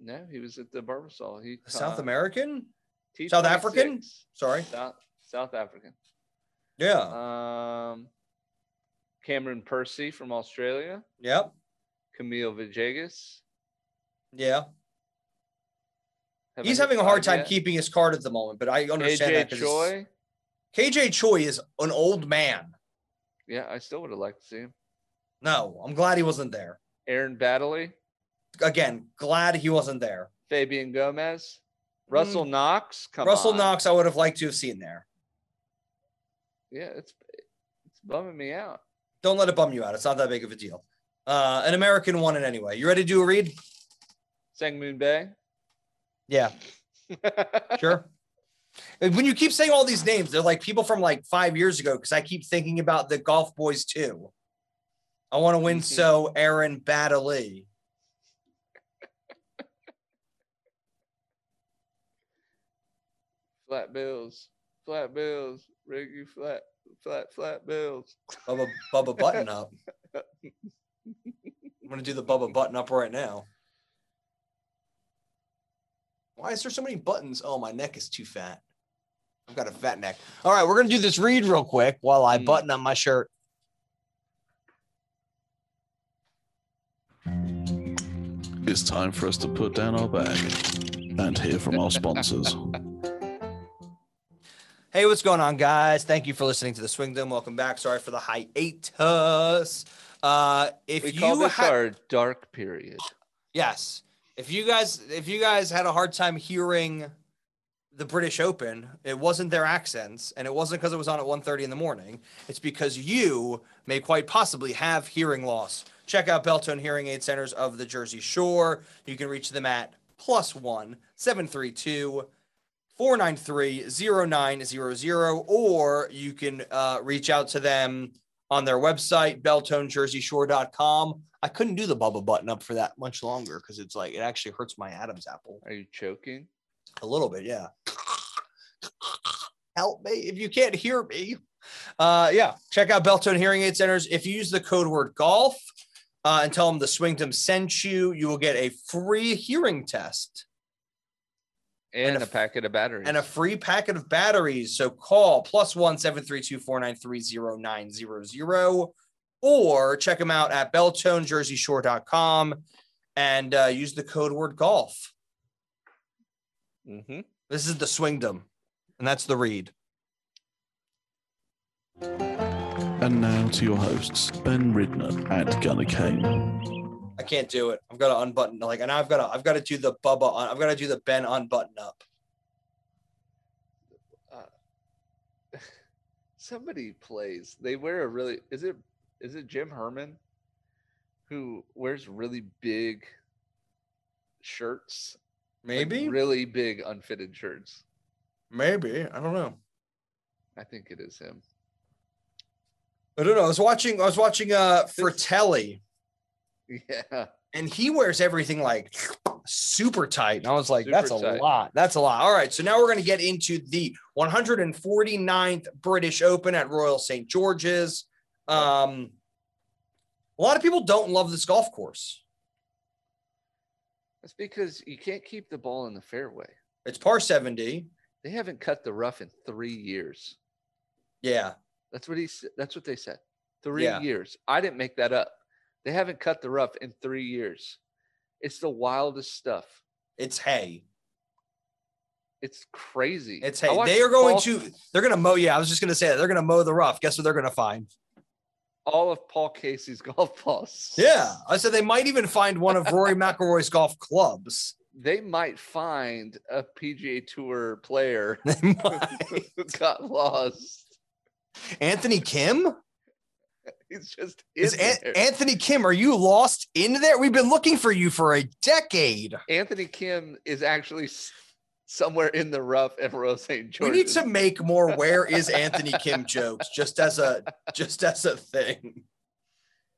[SPEAKER 3] No, he was at the Barbasol. He
[SPEAKER 2] South
[SPEAKER 3] uh,
[SPEAKER 2] American.
[SPEAKER 3] T26.
[SPEAKER 2] South African? Sorry.
[SPEAKER 3] South South African.
[SPEAKER 2] Yeah.
[SPEAKER 3] Um, Cameron Percy from Australia,
[SPEAKER 2] Yep.
[SPEAKER 3] Camille Vijegas.
[SPEAKER 2] Yeah.
[SPEAKER 3] Have I
[SPEAKER 2] He's
[SPEAKER 3] hit
[SPEAKER 2] having a hard
[SPEAKER 3] five
[SPEAKER 2] time
[SPEAKER 3] yet?
[SPEAKER 2] keeping his card at the moment, but I understand
[SPEAKER 3] AJ
[SPEAKER 2] that 'cause it's-
[SPEAKER 3] Choi.
[SPEAKER 2] KJ Choi is an old man.
[SPEAKER 3] Yeah, I still would have liked to see him.
[SPEAKER 2] No, I'm glad he wasn't there.
[SPEAKER 3] Aaron Baddeley,
[SPEAKER 2] Again, glad he wasn't there.
[SPEAKER 3] Fabian Gomez, Russell Knox. Come
[SPEAKER 2] Hmm. Russell
[SPEAKER 3] on.
[SPEAKER 2] Knox, I would have liked to have seen there.
[SPEAKER 3] Yeah, it's it's bumming me out.
[SPEAKER 2] Don't let it bum you out. It's not that big of a deal. Uh, an American won it anyway. You ready to do a read?
[SPEAKER 3] Sangmoon Bay.
[SPEAKER 2] Yeah, sure. And when you keep saying all these names, they're like people from like five years ago because I keep thinking about the Golf Boys too. I want to win,
[SPEAKER 3] Mhm.
[SPEAKER 2] so Aaron Baddeley.
[SPEAKER 3] flat bills, flat bills, rig you flat, flat, flat bills.
[SPEAKER 2] Bubba, Bubba Button Up. I'm gonna do the Bubba Button Up right now. Why is there so many buttons? Oh, my neck is too fat. I've got a fat neck. All right, we're gonna do this read real quick while I
[SPEAKER 3] Mm.
[SPEAKER 2] button up my shirt.
[SPEAKER 1] It's time for us to put down our bag and hear from our sponsors.
[SPEAKER 2] Hey, what's going on, guys? Thank you for listening to the Swing Dome. Welcome back. Sorry for the hiatus. Uh, if
[SPEAKER 3] we
[SPEAKER 2] you
[SPEAKER 3] call this
[SPEAKER 2] ha-
[SPEAKER 3] our dark period.
[SPEAKER 2] Yes. If you guys if you guys had a hard time hearing the British Open, it wasn't their accents and it wasn't because it was on at 1:30 in the morning. It's because you may quite possibly have hearing loss. Check out Beltone Hearing Aid Centers of the Jersey Shore. You can reach them at plus one seven three two 493-0900 or you can uh, reach out to them on their website beltonejerseyshore.com i couldn't do the bubble button up for that much longer because it's like it actually hurts my adam's apple
[SPEAKER 3] Are you choking?
[SPEAKER 2] a little bit yeah help me if you can't hear me uh, yeah check out beltone hearing aid centers if you use the code word golf uh, and tell them the swingdom sent you you will get a free hearing test
[SPEAKER 3] And,
[SPEAKER 2] a
[SPEAKER 3] a,
[SPEAKER 2] f-
[SPEAKER 3] packet of batteries.
[SPEAKER 2] and a free packet of batteries. So call plus one seven three two four nine three zero nine zero zero, or check them out at beltonejerseyshore.com and uh, use the code word golf.
[SPEAKER 3] Mhm.
[SPEAKER 2] This is the swingdom, and that's the read.
[SPEAKER 1] and now to your hosts, Ben Ridner and Gunnar Kane.
[SPEAKER 2] I can't do it. I've got to unbutton like, and I've got to I've got to do the Bubba. On, I've got to do the Ben unbutton up.
[SPEAKER 3] Somebody plays. They wear a really is it is it Jim Herman who wears really big shirts? Like,
[SPEAKER 2] Maybe,
[SPEAKER 3] really big unfitted shirts.
[SPEAKER 2] maybe I don't know.
[SPEAKER 3] I think it is him.
[SPEAKER 2] I don't know. I was watching. I was watching uh Fratelli.
[SPEAKER 3] Yeah.
[SPEAKER 2] and he wears everything like super tight. And I was like,
[SPEAKER 3] Super
[SPEAKER 2] that's a
[SPEAKER 3] tight.
[SPEAKER 2] lot. That's a lot. All right. So now we're going to get into the 149th British Open at Royal St. George's. Um, a lot of people don't love this golf course.
[SPEAKER 3] That's because you can't keep the ball in the fairway.
[SPEAKER 2] It's par 70.
[SPEAKER 3] They haven't cut the rough in three years.
[SPEAKER 2] Yeah.
[SPEAKER 3] That's what he. s- That's what they said. Three
[SPEAKER 2] Yeah.
[SPEAKER 3] years. I didn't make that up. They haven't cut the rough in three years. It's the wildest stuff.
[SPEAKER 2] It's hay.
[SPEAKER 3] It's crazy.
[SPEAKER 2] It's
[SPEAKER 3] I
[SPEAKER 2] hey,
[SPEAKER 3] watched
[SPEAKER 2] they are going
[SPEAKER 3] Paul-
[SPEAKER 2] to they're gonna mow. Yeah, I was just gonna say that they're gonna mow the rough. Guess what they're gonna find?
[SPEAKER 3] all of Paul Casey's golf balls.
[SPEAKER 2] Yeah, I said they might even find one of Rory McIlroy's golf clubs.
[SPEAKER 3] They might find a PGA Tour player
[SPEAKER 2] They
[SPEAKER 3] who
[SPEAKER 2] might.
[SPEAKER 3] got lost.
[SPEAKER 2] Anthony Kim
[SPEAKER 3] He's just in
[SPEAKER 2] is An-
[SPEAKER 3] there.
[SPEAKER 2] Anthony Kim. Are you lost in there? We've been looking for you for a decade.
[SPEAKER 3] Anthony Kim is actually s- somewhere in the rough and Rose St. George.
[SPEAKER 2] We need to make more. Where is Anthony Kim jokes? Just as a just as a thing.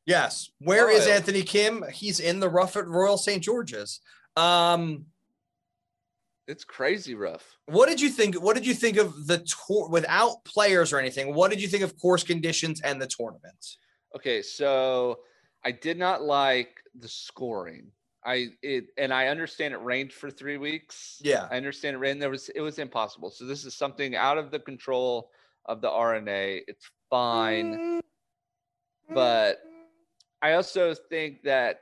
[SPEAKER 2] Yes. Where is
[SPEAKER 3] Wild.
[SPEAKER 2] Anthony Kim? He's in the rough at Royal St. George's. Um,
[SPEAKER 3] It's crazy rough.
[SPEAKER 2] What did you think? What did you think of the tour without players or anything? What did you think of course conditions and the tournament?
[SPEAKER 3] Okay, so I did not like the scoring. I it and I understand it rained for three weeks.
[SPEAKER 2] Yeah,
[SPEAKER 3] I understand it ran. There was it was impossible. So this is something out of the control of the RNA. It's fine, but I also think that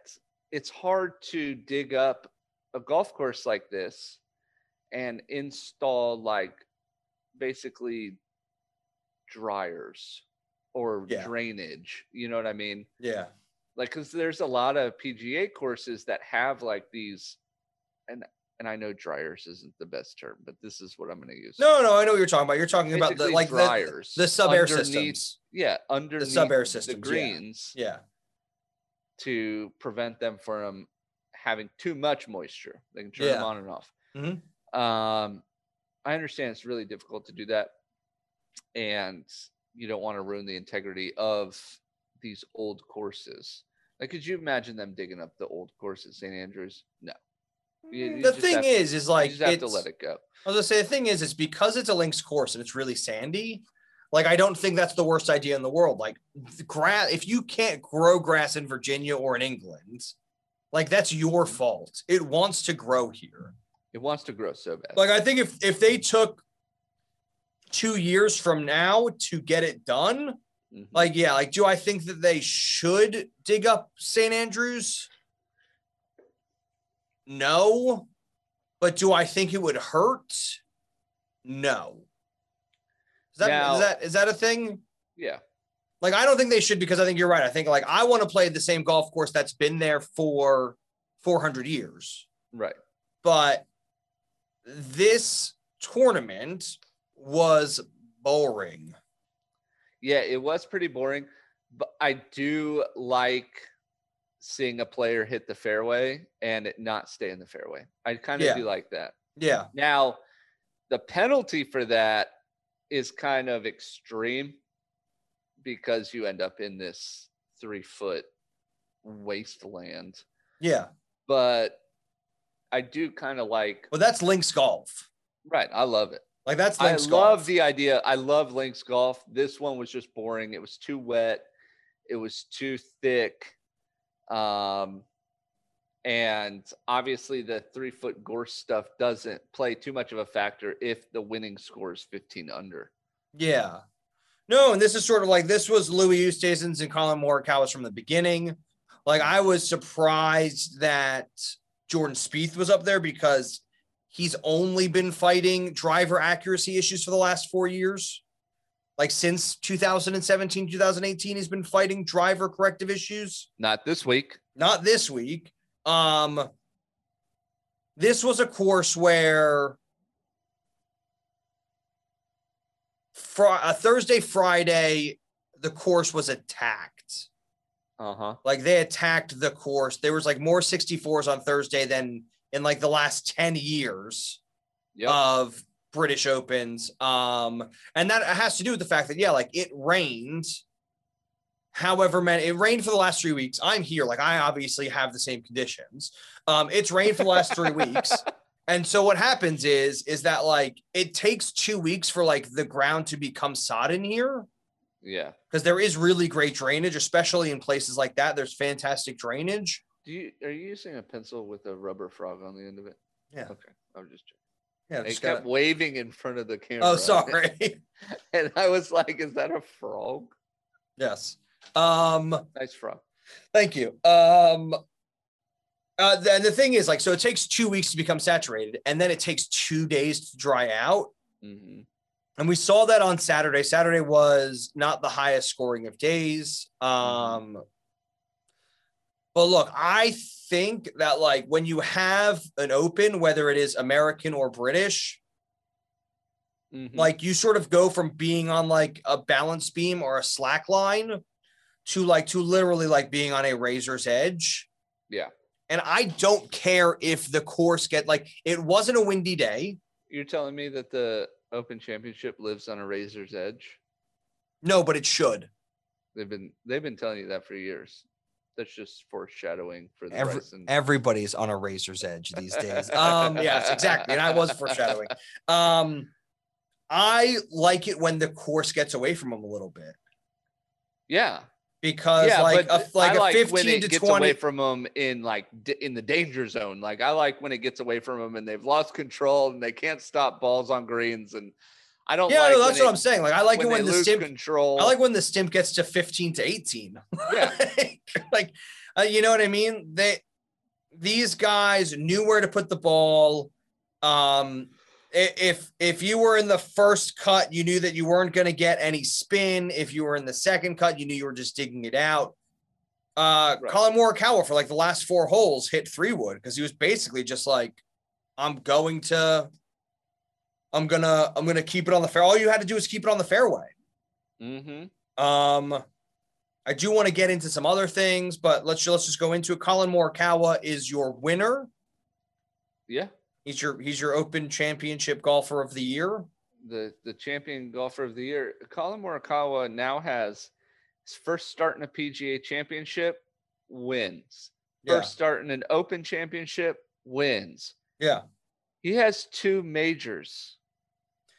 [SPEAKER 3] it's hard to dig up a golf course like this and install like basically dryers or
[SPEAKER 2] Yeah.
[SPEAKER 3] drainage. You know what I mean?
[SPEAKER 2] yeah,
[SPEAKER 3] like because there's a lot of PGA courses that have like these, and and I know dryers isn't the best term, but this is what I'm going to use.
[SPEAKER 2] no, no, I know what you're talking about. You're talking about the
[SPEAKER 3] Basically
[SPEAKER 2] like the,
[SPEAKER 3] dryers,
[SPEAKER 2] the sub air
[SPEAKER 3] underneath-
[SPEAKER 2] systems.
[SPEAKER 3] Yeah, under
[SPEAKER 2] sub-air systems,
[SPEAKER 3] the
[SPEAKER 2] yeah.
[SPEAKER 3] greens
[SPEAKER 2] Yeah,
[SPEAKER 3] to prevent them from having too much moisture. They can turn them
[SPEAKER 2] Yeah.
[SPEAKER 3] on and off.
[SPEAKER 2] Mhm.
[SPEAKER 3] Um, I understand it's really difficult to do that, and you don't want to ruin the integrity of these old courses. Like, could you imagine them digging up the old course at St. Andrews? No, You- you
[SPEAKER 2] Mm. the
[SPEAKER 3] just
[SPEAKER 2] thing
[SPEAKER 3] have-
[SPEAKER 2] is, is
[SPEAKER 3] like
[SPEAKER 2] like
[SPEAKER 3] you just have to
[SPEAKER 2] it's-
[SPEAKER 3] let it go.
[SPEAKER 2] I was gonna say the thing is, it's because it's a links course and it's really sandy. Like I don't think that's the worst idea in the world. Like the grass, if you can't grow grass in Virginia or in England, like that's your fault. It wants to grow here.
[SPEAKER 3] It wants to grow so bad.
[SPEAKER 2] Like I think if if they took two years from now to get it done,
[SPEAKER 3] Mhm.
[SPEAKER 2] like yeah, like do I think that they should dig up St. Andrews? No. But do I think it would hurt? No. Is that is
[SPEAKER 3] Now-
[SPEAKER 2] that is that a thing?
[SPEAKER 3] yeah,
[SPEAKER 2] Like I don't think they should because I think you're right. I think like I want to play the same golf course that's been there for 400 years
[SPEAKER 3] right.
[SPEAKER 2] but this tournament was boring.
[SPEAKER 3] Yeah, it was pretty boring, but I do like seeing a player hit the fairway and it not stay in the fairway. I kind of
[SPEAKER 2] Yeah.
[SPEAKER 3] do like that.
[SPEAKER 2] Yeah.
[SPEAKER 3] Now, the penalty for that is kind of extreme because you end up in this three foot wasteland.
[SPEAKER 2] Yeah.
[SPEAKER 3] But I do kind of like,
[SPEAKER 2] Well, that's links golf.
[SPEAKER 3] right, I love it.
[SPEAKER 2] Like that's
[SPEAKER 3] I
[SPEAKER 2] links
[SPEAKER 3] love
[SPEAKER 2] golf.
[SPEAKER 3] the idea. I love links golf. This one was just boring. It was too wet. It was too thick. Um, and obviously the three foot gorse stuff doesn't play too much of a factor if the winning score is 15 under.
[SPEAKER 2] yeah. No, and this is sort of like this was Louis Oosthuizen's and Colin Morikawa's from the beginning. Like I was surprised that Jordan Spieth was up there because he's only been fighting driver accuracy issues for the last four years. Like since 2017, 2018, he's been fighting driver corrective issues.
[SPEAKER 3] Not this week.
[SPEAKER 2] not this week. Um, this was a course where fr- uh, Thursday, Friday, the course was attacked.
[SPEAKER 3] Uh huh.
[SPEAKER 2] Like they attacked the course. There was like more 64s on Thursday than in like the last 10 years
[SPEAKER 3] Yep.
[SPEAKER 2] of British Opens. Um, and that has to do with the fact that, yeah, like it rained. However, man, it rained for the last three weeks. I'm here. Like I obviously have the same conditions. Um, it's rained for the last three weeks. And so what happens is, is that like it takes two weeks for like the ground to become sodden here
[SPEAKER 3] yeah.
[SPEAKER 2] because there is really great drainage, especially in places like that. There's fantastic drainage.
[SPEAKER 3] Do you are you using a pencil with a rubber frog on the end of it?
[SPEAKER 2] Yeah.
[SPEAKER 3] Okay. I'm just.
[SPEAKER 2] Yeah,
[SPEAKER 3] It
[SPEAKER 2] just
[SPEAKER 3] kept
[SPEAKER 2] gotta-
[SPEAKER 3] waving in front of the camera.
[SPEAKER 2] oh, sorry.
[SPEAKER 3] And I was like, "Is that a frog?
[SPEAKER 2] yes. Um,
[SPEAKER 3] Nice frog."
[SPEAKER 2] Thank you. Um, Uh, th- and the thing is, like, so it takes two weeks to become saturated, and then it takes two days to dry out.
[SPEAKER 3] Mhm.
[SPEAKER 2] And we saw that on Saturday. Saturday was not the highest scoring of days. Um, but look, I think that like when you have an open, whether it is American or British,
[SPEAKER 3] Mhm.
[SPEAKER 2] like you sort of go from being on like a balance beam or a slack line to like to literally like being on a razor's edge.
[SPEAKER 3] Yeah.
[SPEAKER 2] And I don't care if the course get like it wasn't a windy day.
[SPEAKER 3] you're telling me that the Open Championship lives on a razor's edge.
[SPEAKER 2] No, but it should.
[SPEAKER 3] They've been they've been telling you that for years. That's just foreshadowing for the
[SPEAKER 2] Every-
[SPEAKER 3] Bryson.
[SPEAKER 2] Everybody's on a razor's edge these days. Um, yes, exactly. And I was foreshadowing. Um, I like it when the course gets away from them a little bit
[SPEAKER 3] yeah,
[SPEAKER 2] because
[SPEAKER 3] yeah,
[SPEAKER 2] like a,
[SPEAKER 3] but
[SPEAKER 2] like
[SPEAKER 3] I
[SPEAKER 2] a
[SPEAKER 3] like when
[SPEAKER 2] fifteen
[SPEAKER 3] it
[SPEAKER 2] to
[SPEAKER 3] gets
[SPEAKER 2] twenty.
[SPEAKER 3] away from them in like d- in the danger zone. Like I like when it gets away from them and they've lost control and they can't stop balls on greens. And I don't.
[SPEAKER 2] yeah,
[SPEAKER 3] like
[SPEAKER 2] no,
[SPEAKER 3] when
[SPEAKER 2] that's
[SPEAKER 3] they-
[SPEAKER 2] what I'm saying. Like I like it
[SPEAKER 3] they
[SPEAKER 2] when the
[SPEAKER 3] lose
[SPEAKER 2] stimp.
[SPEAKER 3] control.
[SPEAKER 2] I like when the stimp gets to fifteen to eighteen.
[SPEAKER 3] yeah,
[SPEAKER 2] like, uh, you know what I mean? They these guys knew where to put the ball. Um, i- if if you were in the first cut, you knew that you weren't going to get any spin. If you were in the second cut, you knew you were just digging it out. Uh,
[SPEAKER 3] Right.
[SPEAKER 2] Colin Morikawa for like the last four holes hit three wood because he was basically just like, I'm going to, I'm gonna, I'm gonna keep it on the fair. All you had to do is keep it on the fairway.
[SPEAKER 3] mm-hmm.
[SPEAKER 2] Um, I do want to get into some other things, but let's let's just go into it. Colin Morikawa is your winner.
[SPEAKER 3] yeah.
[SPEAKER 2] He's your he's your Open Championship golfer of the year.
[SPEAKER 3] the the champion golfer of the year. Colin Morikawa now has his first start in a PGA championship wins. First start in an open championship wins.
[SPEAKER 2] Yeah.
[SPEAKER 3] He has two majors.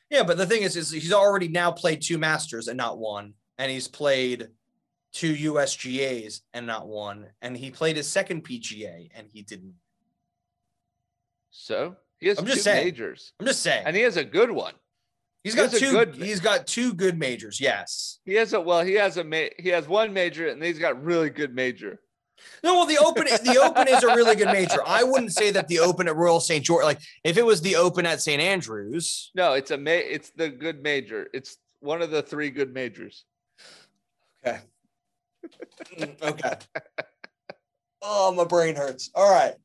[SPEAKER 2] Yeah, but the thing is, is he's already now played two Masters and not one, and he's played two USGA's and not one, and he played his second PGA and he didn't.
[SPEAKER 3] So he has
[SPEAKER 2] I'm
[SPEAKER 3] two
[SPEAKER 2] just saying.
[SPEAKER 3] majors.
[SPEAKER 2] I'm just saying,
[SPEAKER 3] And he has a good one.
[SPEAKER 2] he's
[SPEAKER 3] he
[SPEAKER 2] got
[SPEAKER 3] has a
[SPEAKER 2] two.
[SPEAKER 3] good-
[SPEAKER 2] he's got two good majors. Yes.
[SPEAKER 3] He has a well, he has a ma- he has one major and he's got really good major.
[SPEAKER 2] No, well, the open the open is a really good major. I wouldn't say that the open at Royal St. George, like if it was the open at St. Andrews.
[SPEAKER 3] No, it's a ma- it's the good major. It's one of the three good majors.
[SPEAKER 2] Okay. oh, my brain hurts. All right.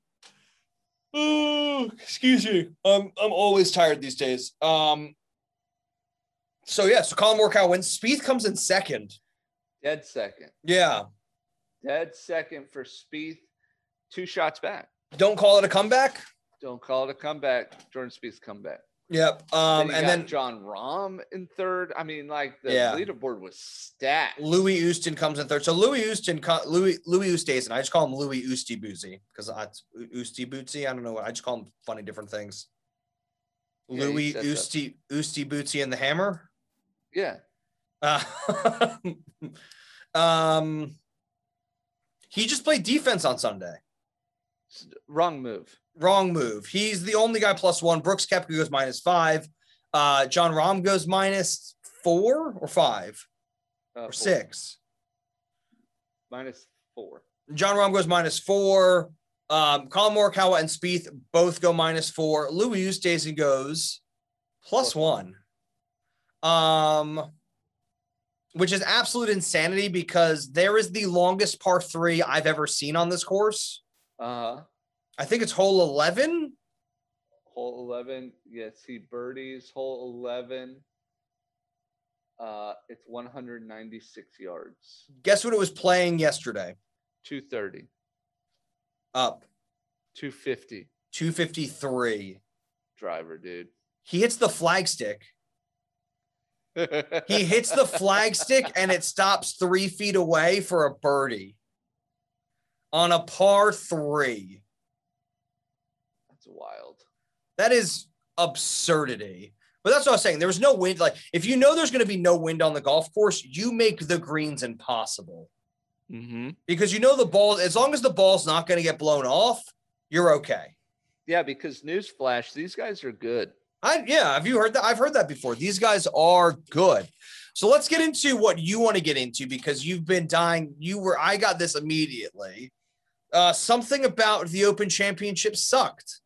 [SPEAKER 2] Ooh, excuse me. I'm I'm always tired these days. Um so yeah, so Colin Morikawa wins. Spieth comes in second.
[SPEAKER 3] Dead second.
[SPEAKER 2] Yeah.
[SPEAKER 3] Dead second for Spieth. Two shots back.
[SPEAKER 2] Don't call it a comeback.
[SPEAKER 3] Don't call it a comeback. Jordan Spieth's comeback.
[SPEAKER 2] Yep. Um,
[SPEAKER 3] you
[SPEAKER 2] and
[SPEAKER 3] got
[SPEAKER 2] then
[SPEAKER 3] John Rahm in third. I mean, like the
[SPEAKER 2] Yeah.
[SPEAKER 3] leaderboard was stacked.
[SPEAKER 2] Louis Houston comes in third. So Louis Houston, co- Louis Louis Oosthuizen. I just call him Louis Oosty Boozy because that's Oosty Bootsy. I don't know what I just call him funny different things.
[SPEAKER 3] Yeah, you
[SPEAKER 2] Louis
[SPEAKER 3] said that.
[SPEAKER 2] Oosty Oosty Bootsy and the Hammer.
[SPEAKER 3] yeah.
[SPEAKER 2] Uh, um, he just played defense on Sunday.
[SPEAKER 3] S- Wrong move.
[SPEAKER 2] Wrong move. He's the only guy plus one. Brooks Koepka goes minus five. Uh, John Rahm goes minus four or five
[SPEAKER 3] Uh,
[SPEAKER 2] or
[SPEAKER 3] four.
[SPEAKER 2] six.
[SPEAKER 3] Minus four.
[SPEAKER 2] John Rahm goes minus four. Um, Colin Morikawa and Spieth both go minus four. Louis Oosthuizen goes plus
[SPEAKER 3] Plus
[SPEAKER 2] one, um, which is absolute insanity because there is the longest par three I've ever seen on this course.
[SPEAKER 3] Uh huh.
[SPEAKER 2] I think it's hole eleven.
[SPEAKER 3] Hole 11. Yes, he birdies. Hole 11. Uh, it's 196 yards.
[SPEAKER 2] Guess what it was playing yesterday?
[SPEAKER 3] 230.
[SPEAKER 2] Up
[SPEAKER 3] 250
[SPEAKER 2] two fifty three.
[SPEAKER 3] driver, dude.
[SPEAKER 2] He hits the flagstick. He hits the flagstick and it stops three feet away for a birdie on a par three.
[SPEAKER 3] That's wild.
[SPEAKER 2] That is absurdity. But that's what I was saying. There was no wind. Like, if you know there's going to be no wind on the golf course, you make the greens impossible
[SPEAKER 3] Mm-hmm.
[SPEAKER 2] because you know the ball, as long as the ball's not going to get blown off, you're okay.
[SPEAKER 3] Yeah, because newsflash, these guys are good.
[SPEAKER 2] I, yeah, have you heard that? I've heard that before. These guys are good. So let's get into what you want to get into because you've been dying. You were, I got this immediately. Uh, something about the Open Championship sucked.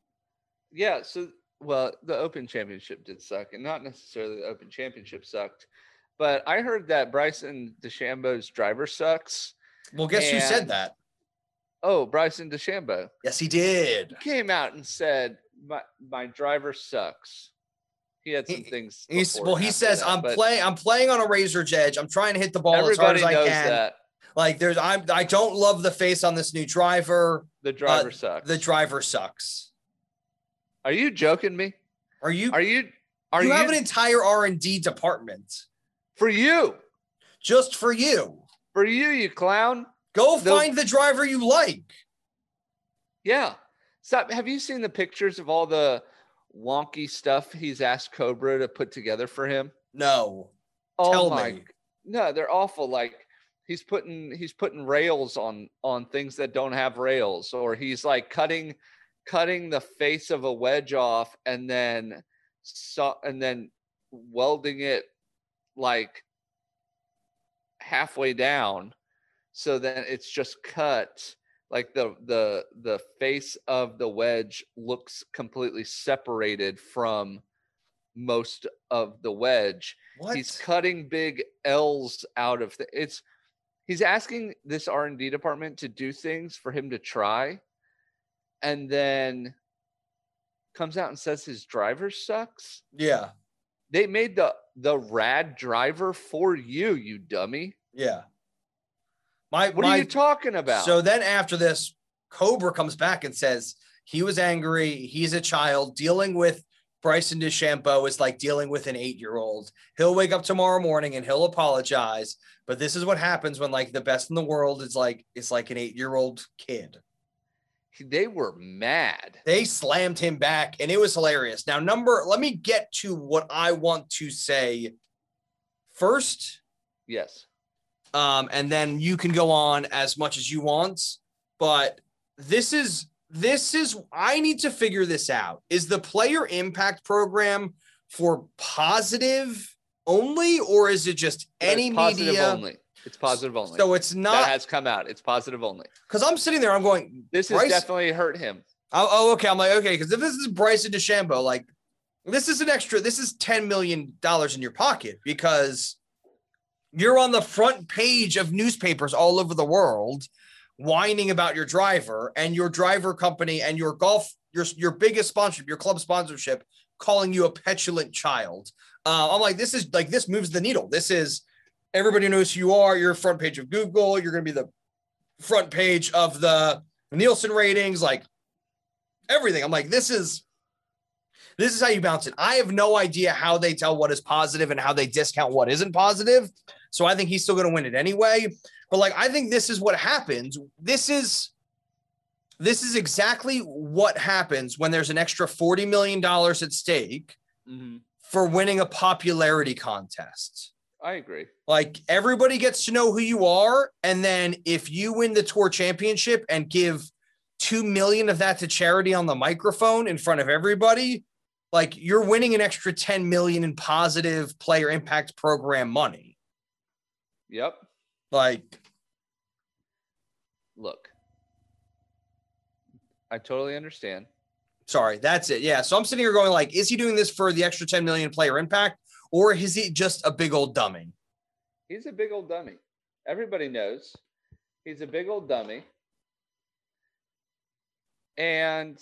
[SPEAKER 3] Yeah. So, well, the Open Championship did suck, and not necessarily the Open Championship sucked, but I heard that Bryson DeChambeau's driver sucks.
[SPEAKER 2] Well, guess who said
[SPEAKER 3] And-
[SPEAKER 2] that?
[SPEAKER 3] Oh, Bryson DeChambeau
[SPEAKER 2] Yes, he did.
[SPEAKER 3] came out and said, "My my driver sucks." He had some
[SPEAKER 2] He-
[SPEAKER 3] things.
[SPEAKER 2] He's,
[SPEAKER 3] before
[SPEAKER 2] well,
[SPEAKER 3] and
[SPEAKER 2] he
[SPEAKER 3] after
[SPEAKER 2] says
[SPEAKER 3] that,
[SPEAKER 2] I'm
[SPEAKER 3] but
[SPEAKER 2] playing. I'm playing on a razor's edge. I'm trying to hit the ball as hard
[SPEAKER 3] Everybody
[SPEAKER 2] as I
[SPEAKER 3] knows
[SPEAKER 2] can.
[SPEAKER 3] that
[SPEAKER 2] Like there's, I'm. I don't love the face on this new driver.
[SPEAKER 3] the driver sucks.
[SPEAKER 2] The driver sucks.
[SPEAKER 3] Are you joking me?
[SPEAKER 2] Are you?
[SPEAKER 3] Are you? Are
[SPEAKER 2] you,
[SPEAKER 3] you,
[SPEAKER 2] have an entire R and D department
[SPEAKER 3] for you?
[SPEAKER 2] just for you.
[SPEAKER 3] For you, you clown?
[SPEAKER 2] Go
[SPEAKER 3] No.
[SPEAKER 2] find the driver you like.
[SPEAKER 3] Yeah. Stop. Have you seen the pictures of all the wonky stuff he's asked Cobra to put together for him?
[SPEAKER 2] No,
[SPEAKER 3] Oh
[SPEAKER 2] tell
[SPEAKER 3] my
[SPEAKER 2] me.
[SPEAKER 3] no, they're awful. Like he's putting he's putting rails on on things that don't have rails, or he's like cutting cutting the face of a wedge off and then saw and then welding it like halfway down so then it's just cut like the the the face of the wedge looks completely separated from most of the wedge
[SPEAKER 2] What?
[SPEAKER 3] he's cutting big l's out of th- it's he's asking this r&d department to do things for him to try and then comes out and says his driver sucks
[SPEAKER 2] yeah,
[SPEAKER 3] they made the the rad driver for you you dummy
[SPEAKER 2] yeah. My
[SPEAKER 3] what
[SPEAKER 2] my,
[SPEAKER 3] are you talking about
[SPEAKER 2] So then after this, Cobra comes back and says he was angry. He's a child dealing with Bryson DeChambeau is like dealing with an eight-year-old. He'll wake up tomorrow morning and he'll apologize. But this is what happens when like the best in the world is like is like an eight-year-old kid.
[SPEAKER 3] He- they were mad
[SPEAKER 2] They slammed him back and it was hilarious. Now, number, let me get to what I want to say first
[SPEAKER 3] yes
[SPEAKER 2] um, and then you can go on as much as you want. But this is this is I need to figure this out. Is the player impact program for positive only, or is it just
[SPEAKER 3] But
[SPEAKER 2] any
[SPEAKER 3] it's positive
[SPEAKER 2] media?
[SPEAKER 3] only it's positive only
[SPEAKER 2] So it's
[SPEAKER 3] that
[SPEAKER 2] not
[SPEAKER 3] has come out it's positive only
[SPEAKER 2] because I'm sitting there. I'm going.
[SPEAKER 3] this has
[SPEAKER 2] Bryce-
[SPEAKER 3] definitely hurt him
[SPEAKER 2] Oh, oh, okay. I'm like okay because if this is Bryson DeChambeau, like this is an extra. This is ten million dollars in your pocket because you're on the front page of newspapers all over the world whining about your driver and your driver company and your golf your your biggest sponsorship your club sponsorship calling you a petulant child uh, i'm like this is like this moves the needle this is everybody knows who you are you're front page of google you're going to be the front page of the nielsen ratings like everything i'm like this is this is how you bounce it i have no idea how they tell what is positive and how they discount what isn't positive so i think he's still going to win it anyway but like i think this is what happens this is this is exactly what happens when there's an extra 40 million dollars at stake Mm-hmm. for winning a popularity contest
[SPEAKER 3] i agree
[SPEAKER 2] like everybody gets to know who you are and then if you win the tour championship and give 2 million of that to charity on the microphone in front of everybody like you're winning an extra 10 million in positive player impact program money
[SPEAKER 3] yep
[SPEAKER 2] like
[SPEAKER 3] look i totally understand
[SPEAKER 2] Sorry, that's it. Yeah. So I'm sitting here going like, is he doing this for the extra 10 million player impact, or is he just a big old dummy?
[SPEAKER 3] He's a big old dummy. Everybody knows he's a big old dummy. And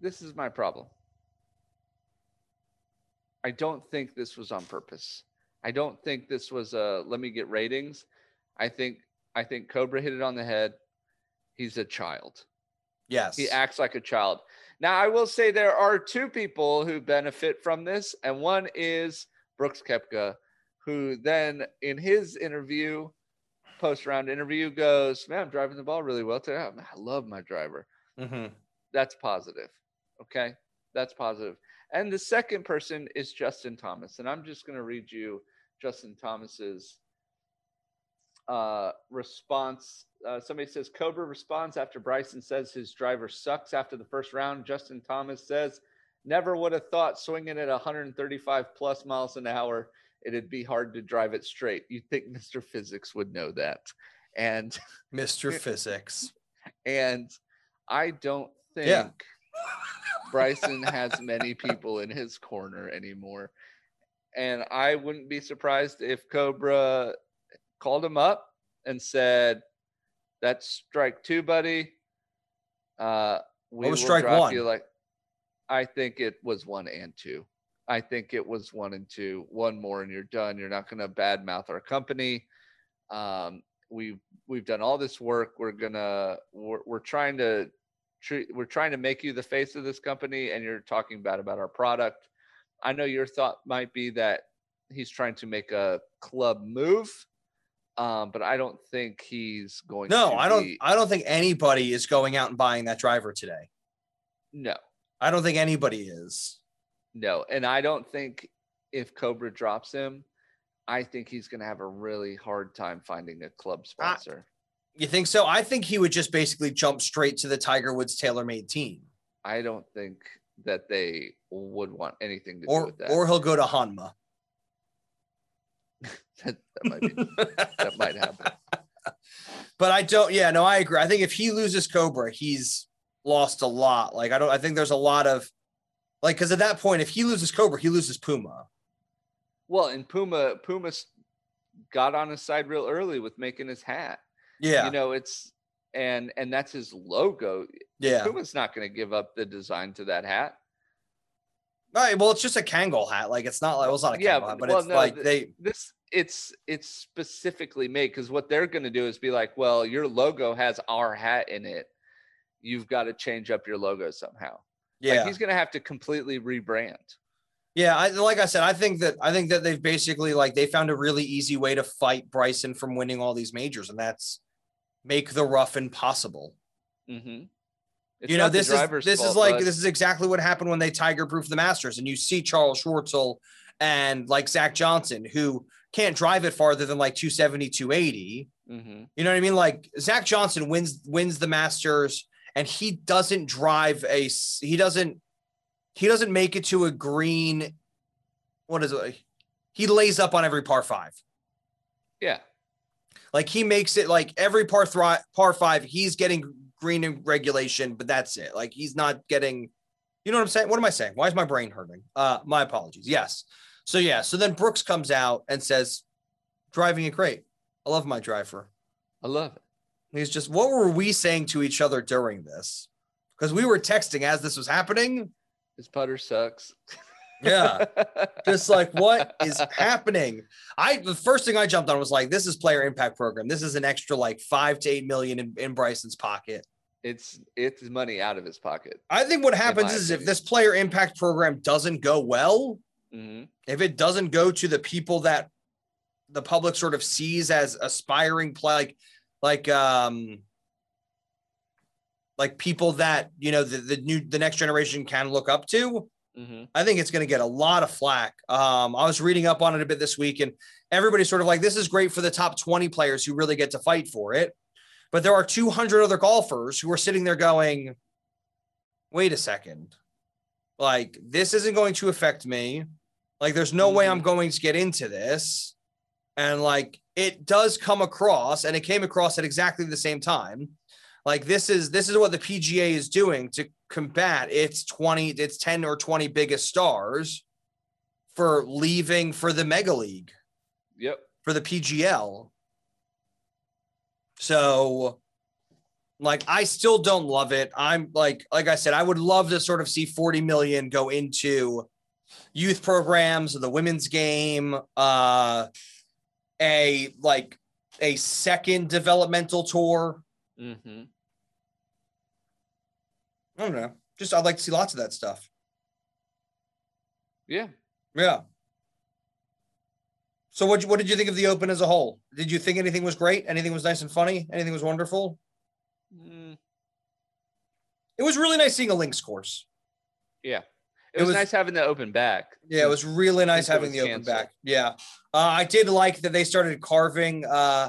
[SPEAKER 3] this is my problem. I don't think this was on purpose. I don't think this was a let me get ratings. I think I think Cobra hit it on the head. He's a child.
[SPEAKER 2] Yes.
[SPEAKER 3] He acts like a child. Now, I will say there are two people who benefit from this, and one is Brooks Kepka, who then in his interview, post round interview, goes, Man, I'm driving the ball really well today. I love my driver.
[SPEAKER 2] Mhm.
[SPEAKER 3] That's positive. Okay. That's positive. And the second person is Justin Thomas. And I'm just going to read you Justin Thomas's uh, response. Uh, somebody says Cobra responds after Bryson says his driver sucks after the first round. Justin Thomas says, Never would have thought swinging at 135 plus miles an hour, it'd be hard to drive it straight. You'd think Mr. Physics would know that. and
[SPEAKER 2] Mr. Physics.
[SPEAKER 3] and I don't think
[SPEAKER 2] Yeah.
[SPEAKER 3] Bryson has many people in his corner anymore. And I wouldn't be surprised if Cobra called him up and said, "That's strike two, buddy. Uh, we
[SPEAKER 2] was
[SPEAKER 3] will
[SPEAKER 2] strike
[SPEAKER 3] drop
[SPEAKER 2] one?
[SPEAKER 3] You like, I think it was one and two. I think it was one and two. One more and you're done. You're not going to badmouth our company. Um, we've we've done all this work. We're gonna we're, we're trying to treat we're trying to make you the face of this company, and you're talking bad about our product. I know your thought might be that he's trying to make a club move, um, but I don't think he's going.
[SPEAKER 2] No,
[SPEAKER 3] to
[SPEAKER 2] I don't.
[SPEAKER 3] be-
[SPEAKER 2] I don't think anybody is going out and buying that driver today.
[SPEAKER 3] no,
[SPEAKER 2] I don't think anybody is.
[SPEAKER 3] no, and I don't think if Cobra drops him, I think he's going to have a really hard time finding a club sponsor.
[SPEAKER 2] You think so? I think he would just basically jump straight to the Tiger Woods TaylorMade team,
[SPEAKER 3] I don't think that they would want anything to do
[SPEAKER 2] or
[SPEAKER 3] with that.
[SPEAKER 2] or he'll go to Hanma.
[SPEAKER 3] that, that might be that might happen.
[SPEAKER 2] But I don't. Yeah, no, I agree. I think if he loses Cobra, he's lost a lot. Like I don't. I think there's a lot of like because at that point, if he loses Cobra, he loses Puma.
[SPEAKER 3] Well, and Puma Puma s- got on his side real early with making his hat.
[SPEAKER 2] Yeah,
[SPEAKER 3] You know, it's and and that's his logo.
[SPEAKER 2] yeah.
[SPEAKER 3] Puma's not going to give up the design to that hat.
[SPEAKER 2] All right. Well, it's just a Kangol hat. Like it's not like well, it's not a Kangol
[SPEAKER 3] Yeah,
[SPEAKER 2] hat, but
[SPEAKER 3] well,
[SPEAKER 2] it's
[SPEAKER 3] no,
[SPEAKER 2] like
[SPEAKER 3] the-
[SPEAKER 2] they.
[SPEAKER 3] This it's it's specifically made because what they're going to do is be like, well, your logo has our hat in it. You've got to change up your logo somehow.
[SPEAKER 2] Yeah.
[SPEAKER 3] Like, he's going to have to completely rebrand.
[SPEAKER 2] Yeah, I, like I said, I think that I think that they've basically like they found a really easy way to fight Bryson from winning all these majors, and that's make the rough impossible.
[SPEAKER 3] Mm-hmm.
[SPEAKER 2] you know, this is this is like this is exactly what happened when they tiger proofed the Masters, and you see Charles Schwartzel and like Zach Johnson, who can't drive it farther than like 270, 280.
[SPEAKER 3] hmm
[SPEAKER 2] You know what I mean? Like Zach Johnson wins wins the Masters, and he doesn't drive a s- he doesn't he doesn't make it to a green. What is it? He lays up on every par five.
[SPEAKER 3] Yeah.
[SPEAKER 2] Like he makes it like every par thri- par five, he's getting green in regulation, but that's it. Like he's not getting. You know what I'm saying? What am I saying? Why is my brain hurting? Uh, my apologies. Yes. So yeah. So then Brooks comes out and says, "Driving it great. I love my driver."
[SPEAKER 3] I love it.
[SPEAKER 2] He's just, what were we saying to each other during this? Because we were texting as this was happening.
[SPEAKER 3] His putter sucks.
[SPEAKER 2] Yeah. just like, what is happening? I, the first thing I jumped on was like, this is player impact program. This is an extra like five to eight million in, in Bryson's pocket.
[SPEAKER 3] it's it's money out of his pocket.
[SPEAKER 2] I think what happens
[SPEAKER 3] my
[SPEAKER 2] is if
[SPEAKER 3] opinion.
[SPEAKER 2] this player impact program doesn't go well,
[SPEAKER 3] hmm
[SPEAKER 2] if it doesn't go to the people that the public sort of sees as aspiring play like like um like people that you know the, the new the next generation can look up to
[SPEAKER 3] hmm
[SPEAKER 2] i think it's going to get a lot of flack um i was reading up on it a bit this week and everybody's sort of like this is great for the top 20 players who really get to fight for it but there are 200 other golfers who are sitting there going wait a second like this isn't going to affect me like there's no way i'm going to get into this and like it does come across and it came across at exactly the same time like this is this is what the pga is doing to combat its 20 its 10 or 20 biggest stars for leaving for the mega league
[SPEAKER 3] Yep.
[SPEAKER 2] for the PGL. So like I still don't love it. I'm like like I said I would love to sort of see 40 million go into youth programs, the women's game, uh a like a second developmental tour.
[SPEAKER 3] hmm
[SPEAKER 2] I don't know. Just I'd like to see lots of that stuff.
[SPEAKER 3] Yeah.
[SPEAKER 2] Yeah. So what what did you think of the open as a whole? Did you think anything was great? Anything was nice and funny? Anything was wonderful?
[SPEAKER 3] Mm,
[SPEAKER 2] It was really nice seeing a links course.
[SPEAKER 3] yeah. It,
[SPEAKER 2] It
[SPEAKER 3] was,
[SPEAKER 2] was-
[SPEAKER 3] nice having the open back.
[SPEAKER 2] Yeah, it was really nice
[SPEAKER 3] that
[SPEAKER 2] having
[SPEAKER 3] was
[SPEAKER 2] the open
[SPEAKER 3] canceled.
[SPEAKER 2] back. Yeah. Uh, I did like that they started carving uh,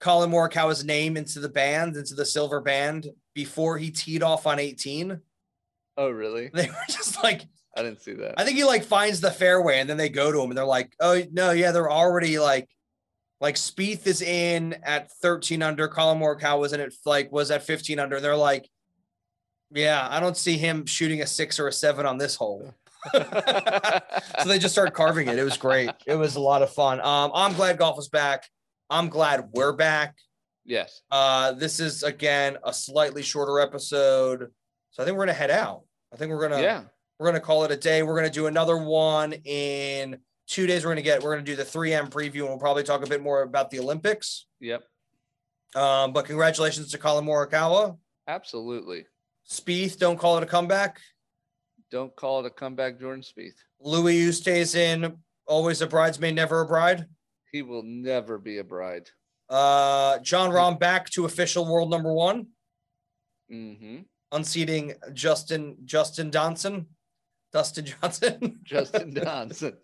[SPEAKER 2] Colin Morikawa's name into the band, into the silver band before he teed off on 18.
[SPEAKER 3] Oh, really?
[SPEAKER 2] They were just like,
[SPEAKER 3] I didn't see that.
[SPEAKER 2] I think he like finds the fairway and then they go to him and they're like, oh, no, yeah, they're already like, Like Spieth is in at 13 under. Colin Morikawa was in at like was at 15 under. They're like, yeah, I don't see him shooting a six or a seven on this hole. so they just started carving it. It was great. It was a lot of fun. Um, I'm glad golf is back. I'm glad we're back.
[SPEAKER 3] yes.
[SPEAKER 2] Uh, this is again a slightly shorter episode, so I think we're gonna head out. I think we're gonna
[SPEAKER 3] yeah.
[SPEAKER 2] we're gonna call it a day. We're gonna do another one in two days. We're gonna get we're gonna do the 3M preview, and we'll probably talk a bit more about the Olympics.
[SPEAKER 3] Yep.
[SPEAKER 2] Um, but congratulations to Colin Morikawa.
[SPEAKER 3] Absolutely.
[SPEAKER 2] Spieth, don't call it a comeback.
[SPEAKER 3] Don't call it a comeback, Jordan Spieth.
[SPEAKER 2] Louis who stays in, always a bridesmaid, never a bride.
[SPEAKER 3] He will never be a bride.
[SPEAKER 2] Uh, John Rahm back to official world number one,
[SPEAKER 3] hmm
[SPEAKER 2] unseating Justin Justin Johnson, Dustin Johnson,
[SPEAKER 3] Justin Johnson.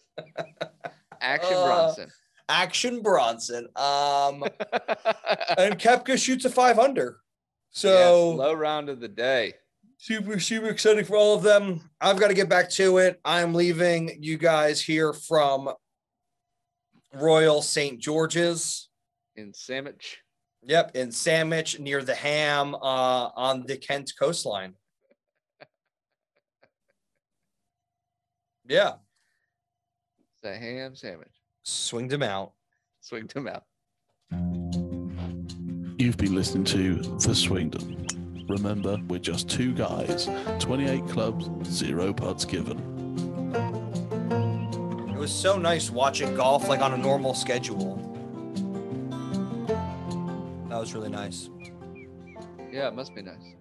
[SPEAKER 3] Action
[SPEAKER 2] Uh,
[SPEAKER 3] Bronson.
[SPEAKER 2] Action Bronson. Um, and Kepka shoots a five under. So
[SPEAKER 3] Yes, low round of the day.
[SPEAKER 2] super super exciting for all of them. I've got to get back to it. I'm leaving you guys here from Royal St. George's.
[SPEAKER 3] in Sandwich.
[SPEAKER 2] Yep, in Sandwich near the Ham uh, on the Kent coastline. Yeah,
[SPEAKER 3] It's a ham sandwich.
[SPEAKER 2] swinged him out.
[SPEAKER 3] Swing them out.
[SPEAKER 1] You've been listening to The Swingdom. Remember, we're just two guys, 28 clubs, zero putts given.
[SPEAKER 2] It was so nice watching golf like on a normal schedule. That was really nice.
[SPEAKER 3] Yeah, it must be nice.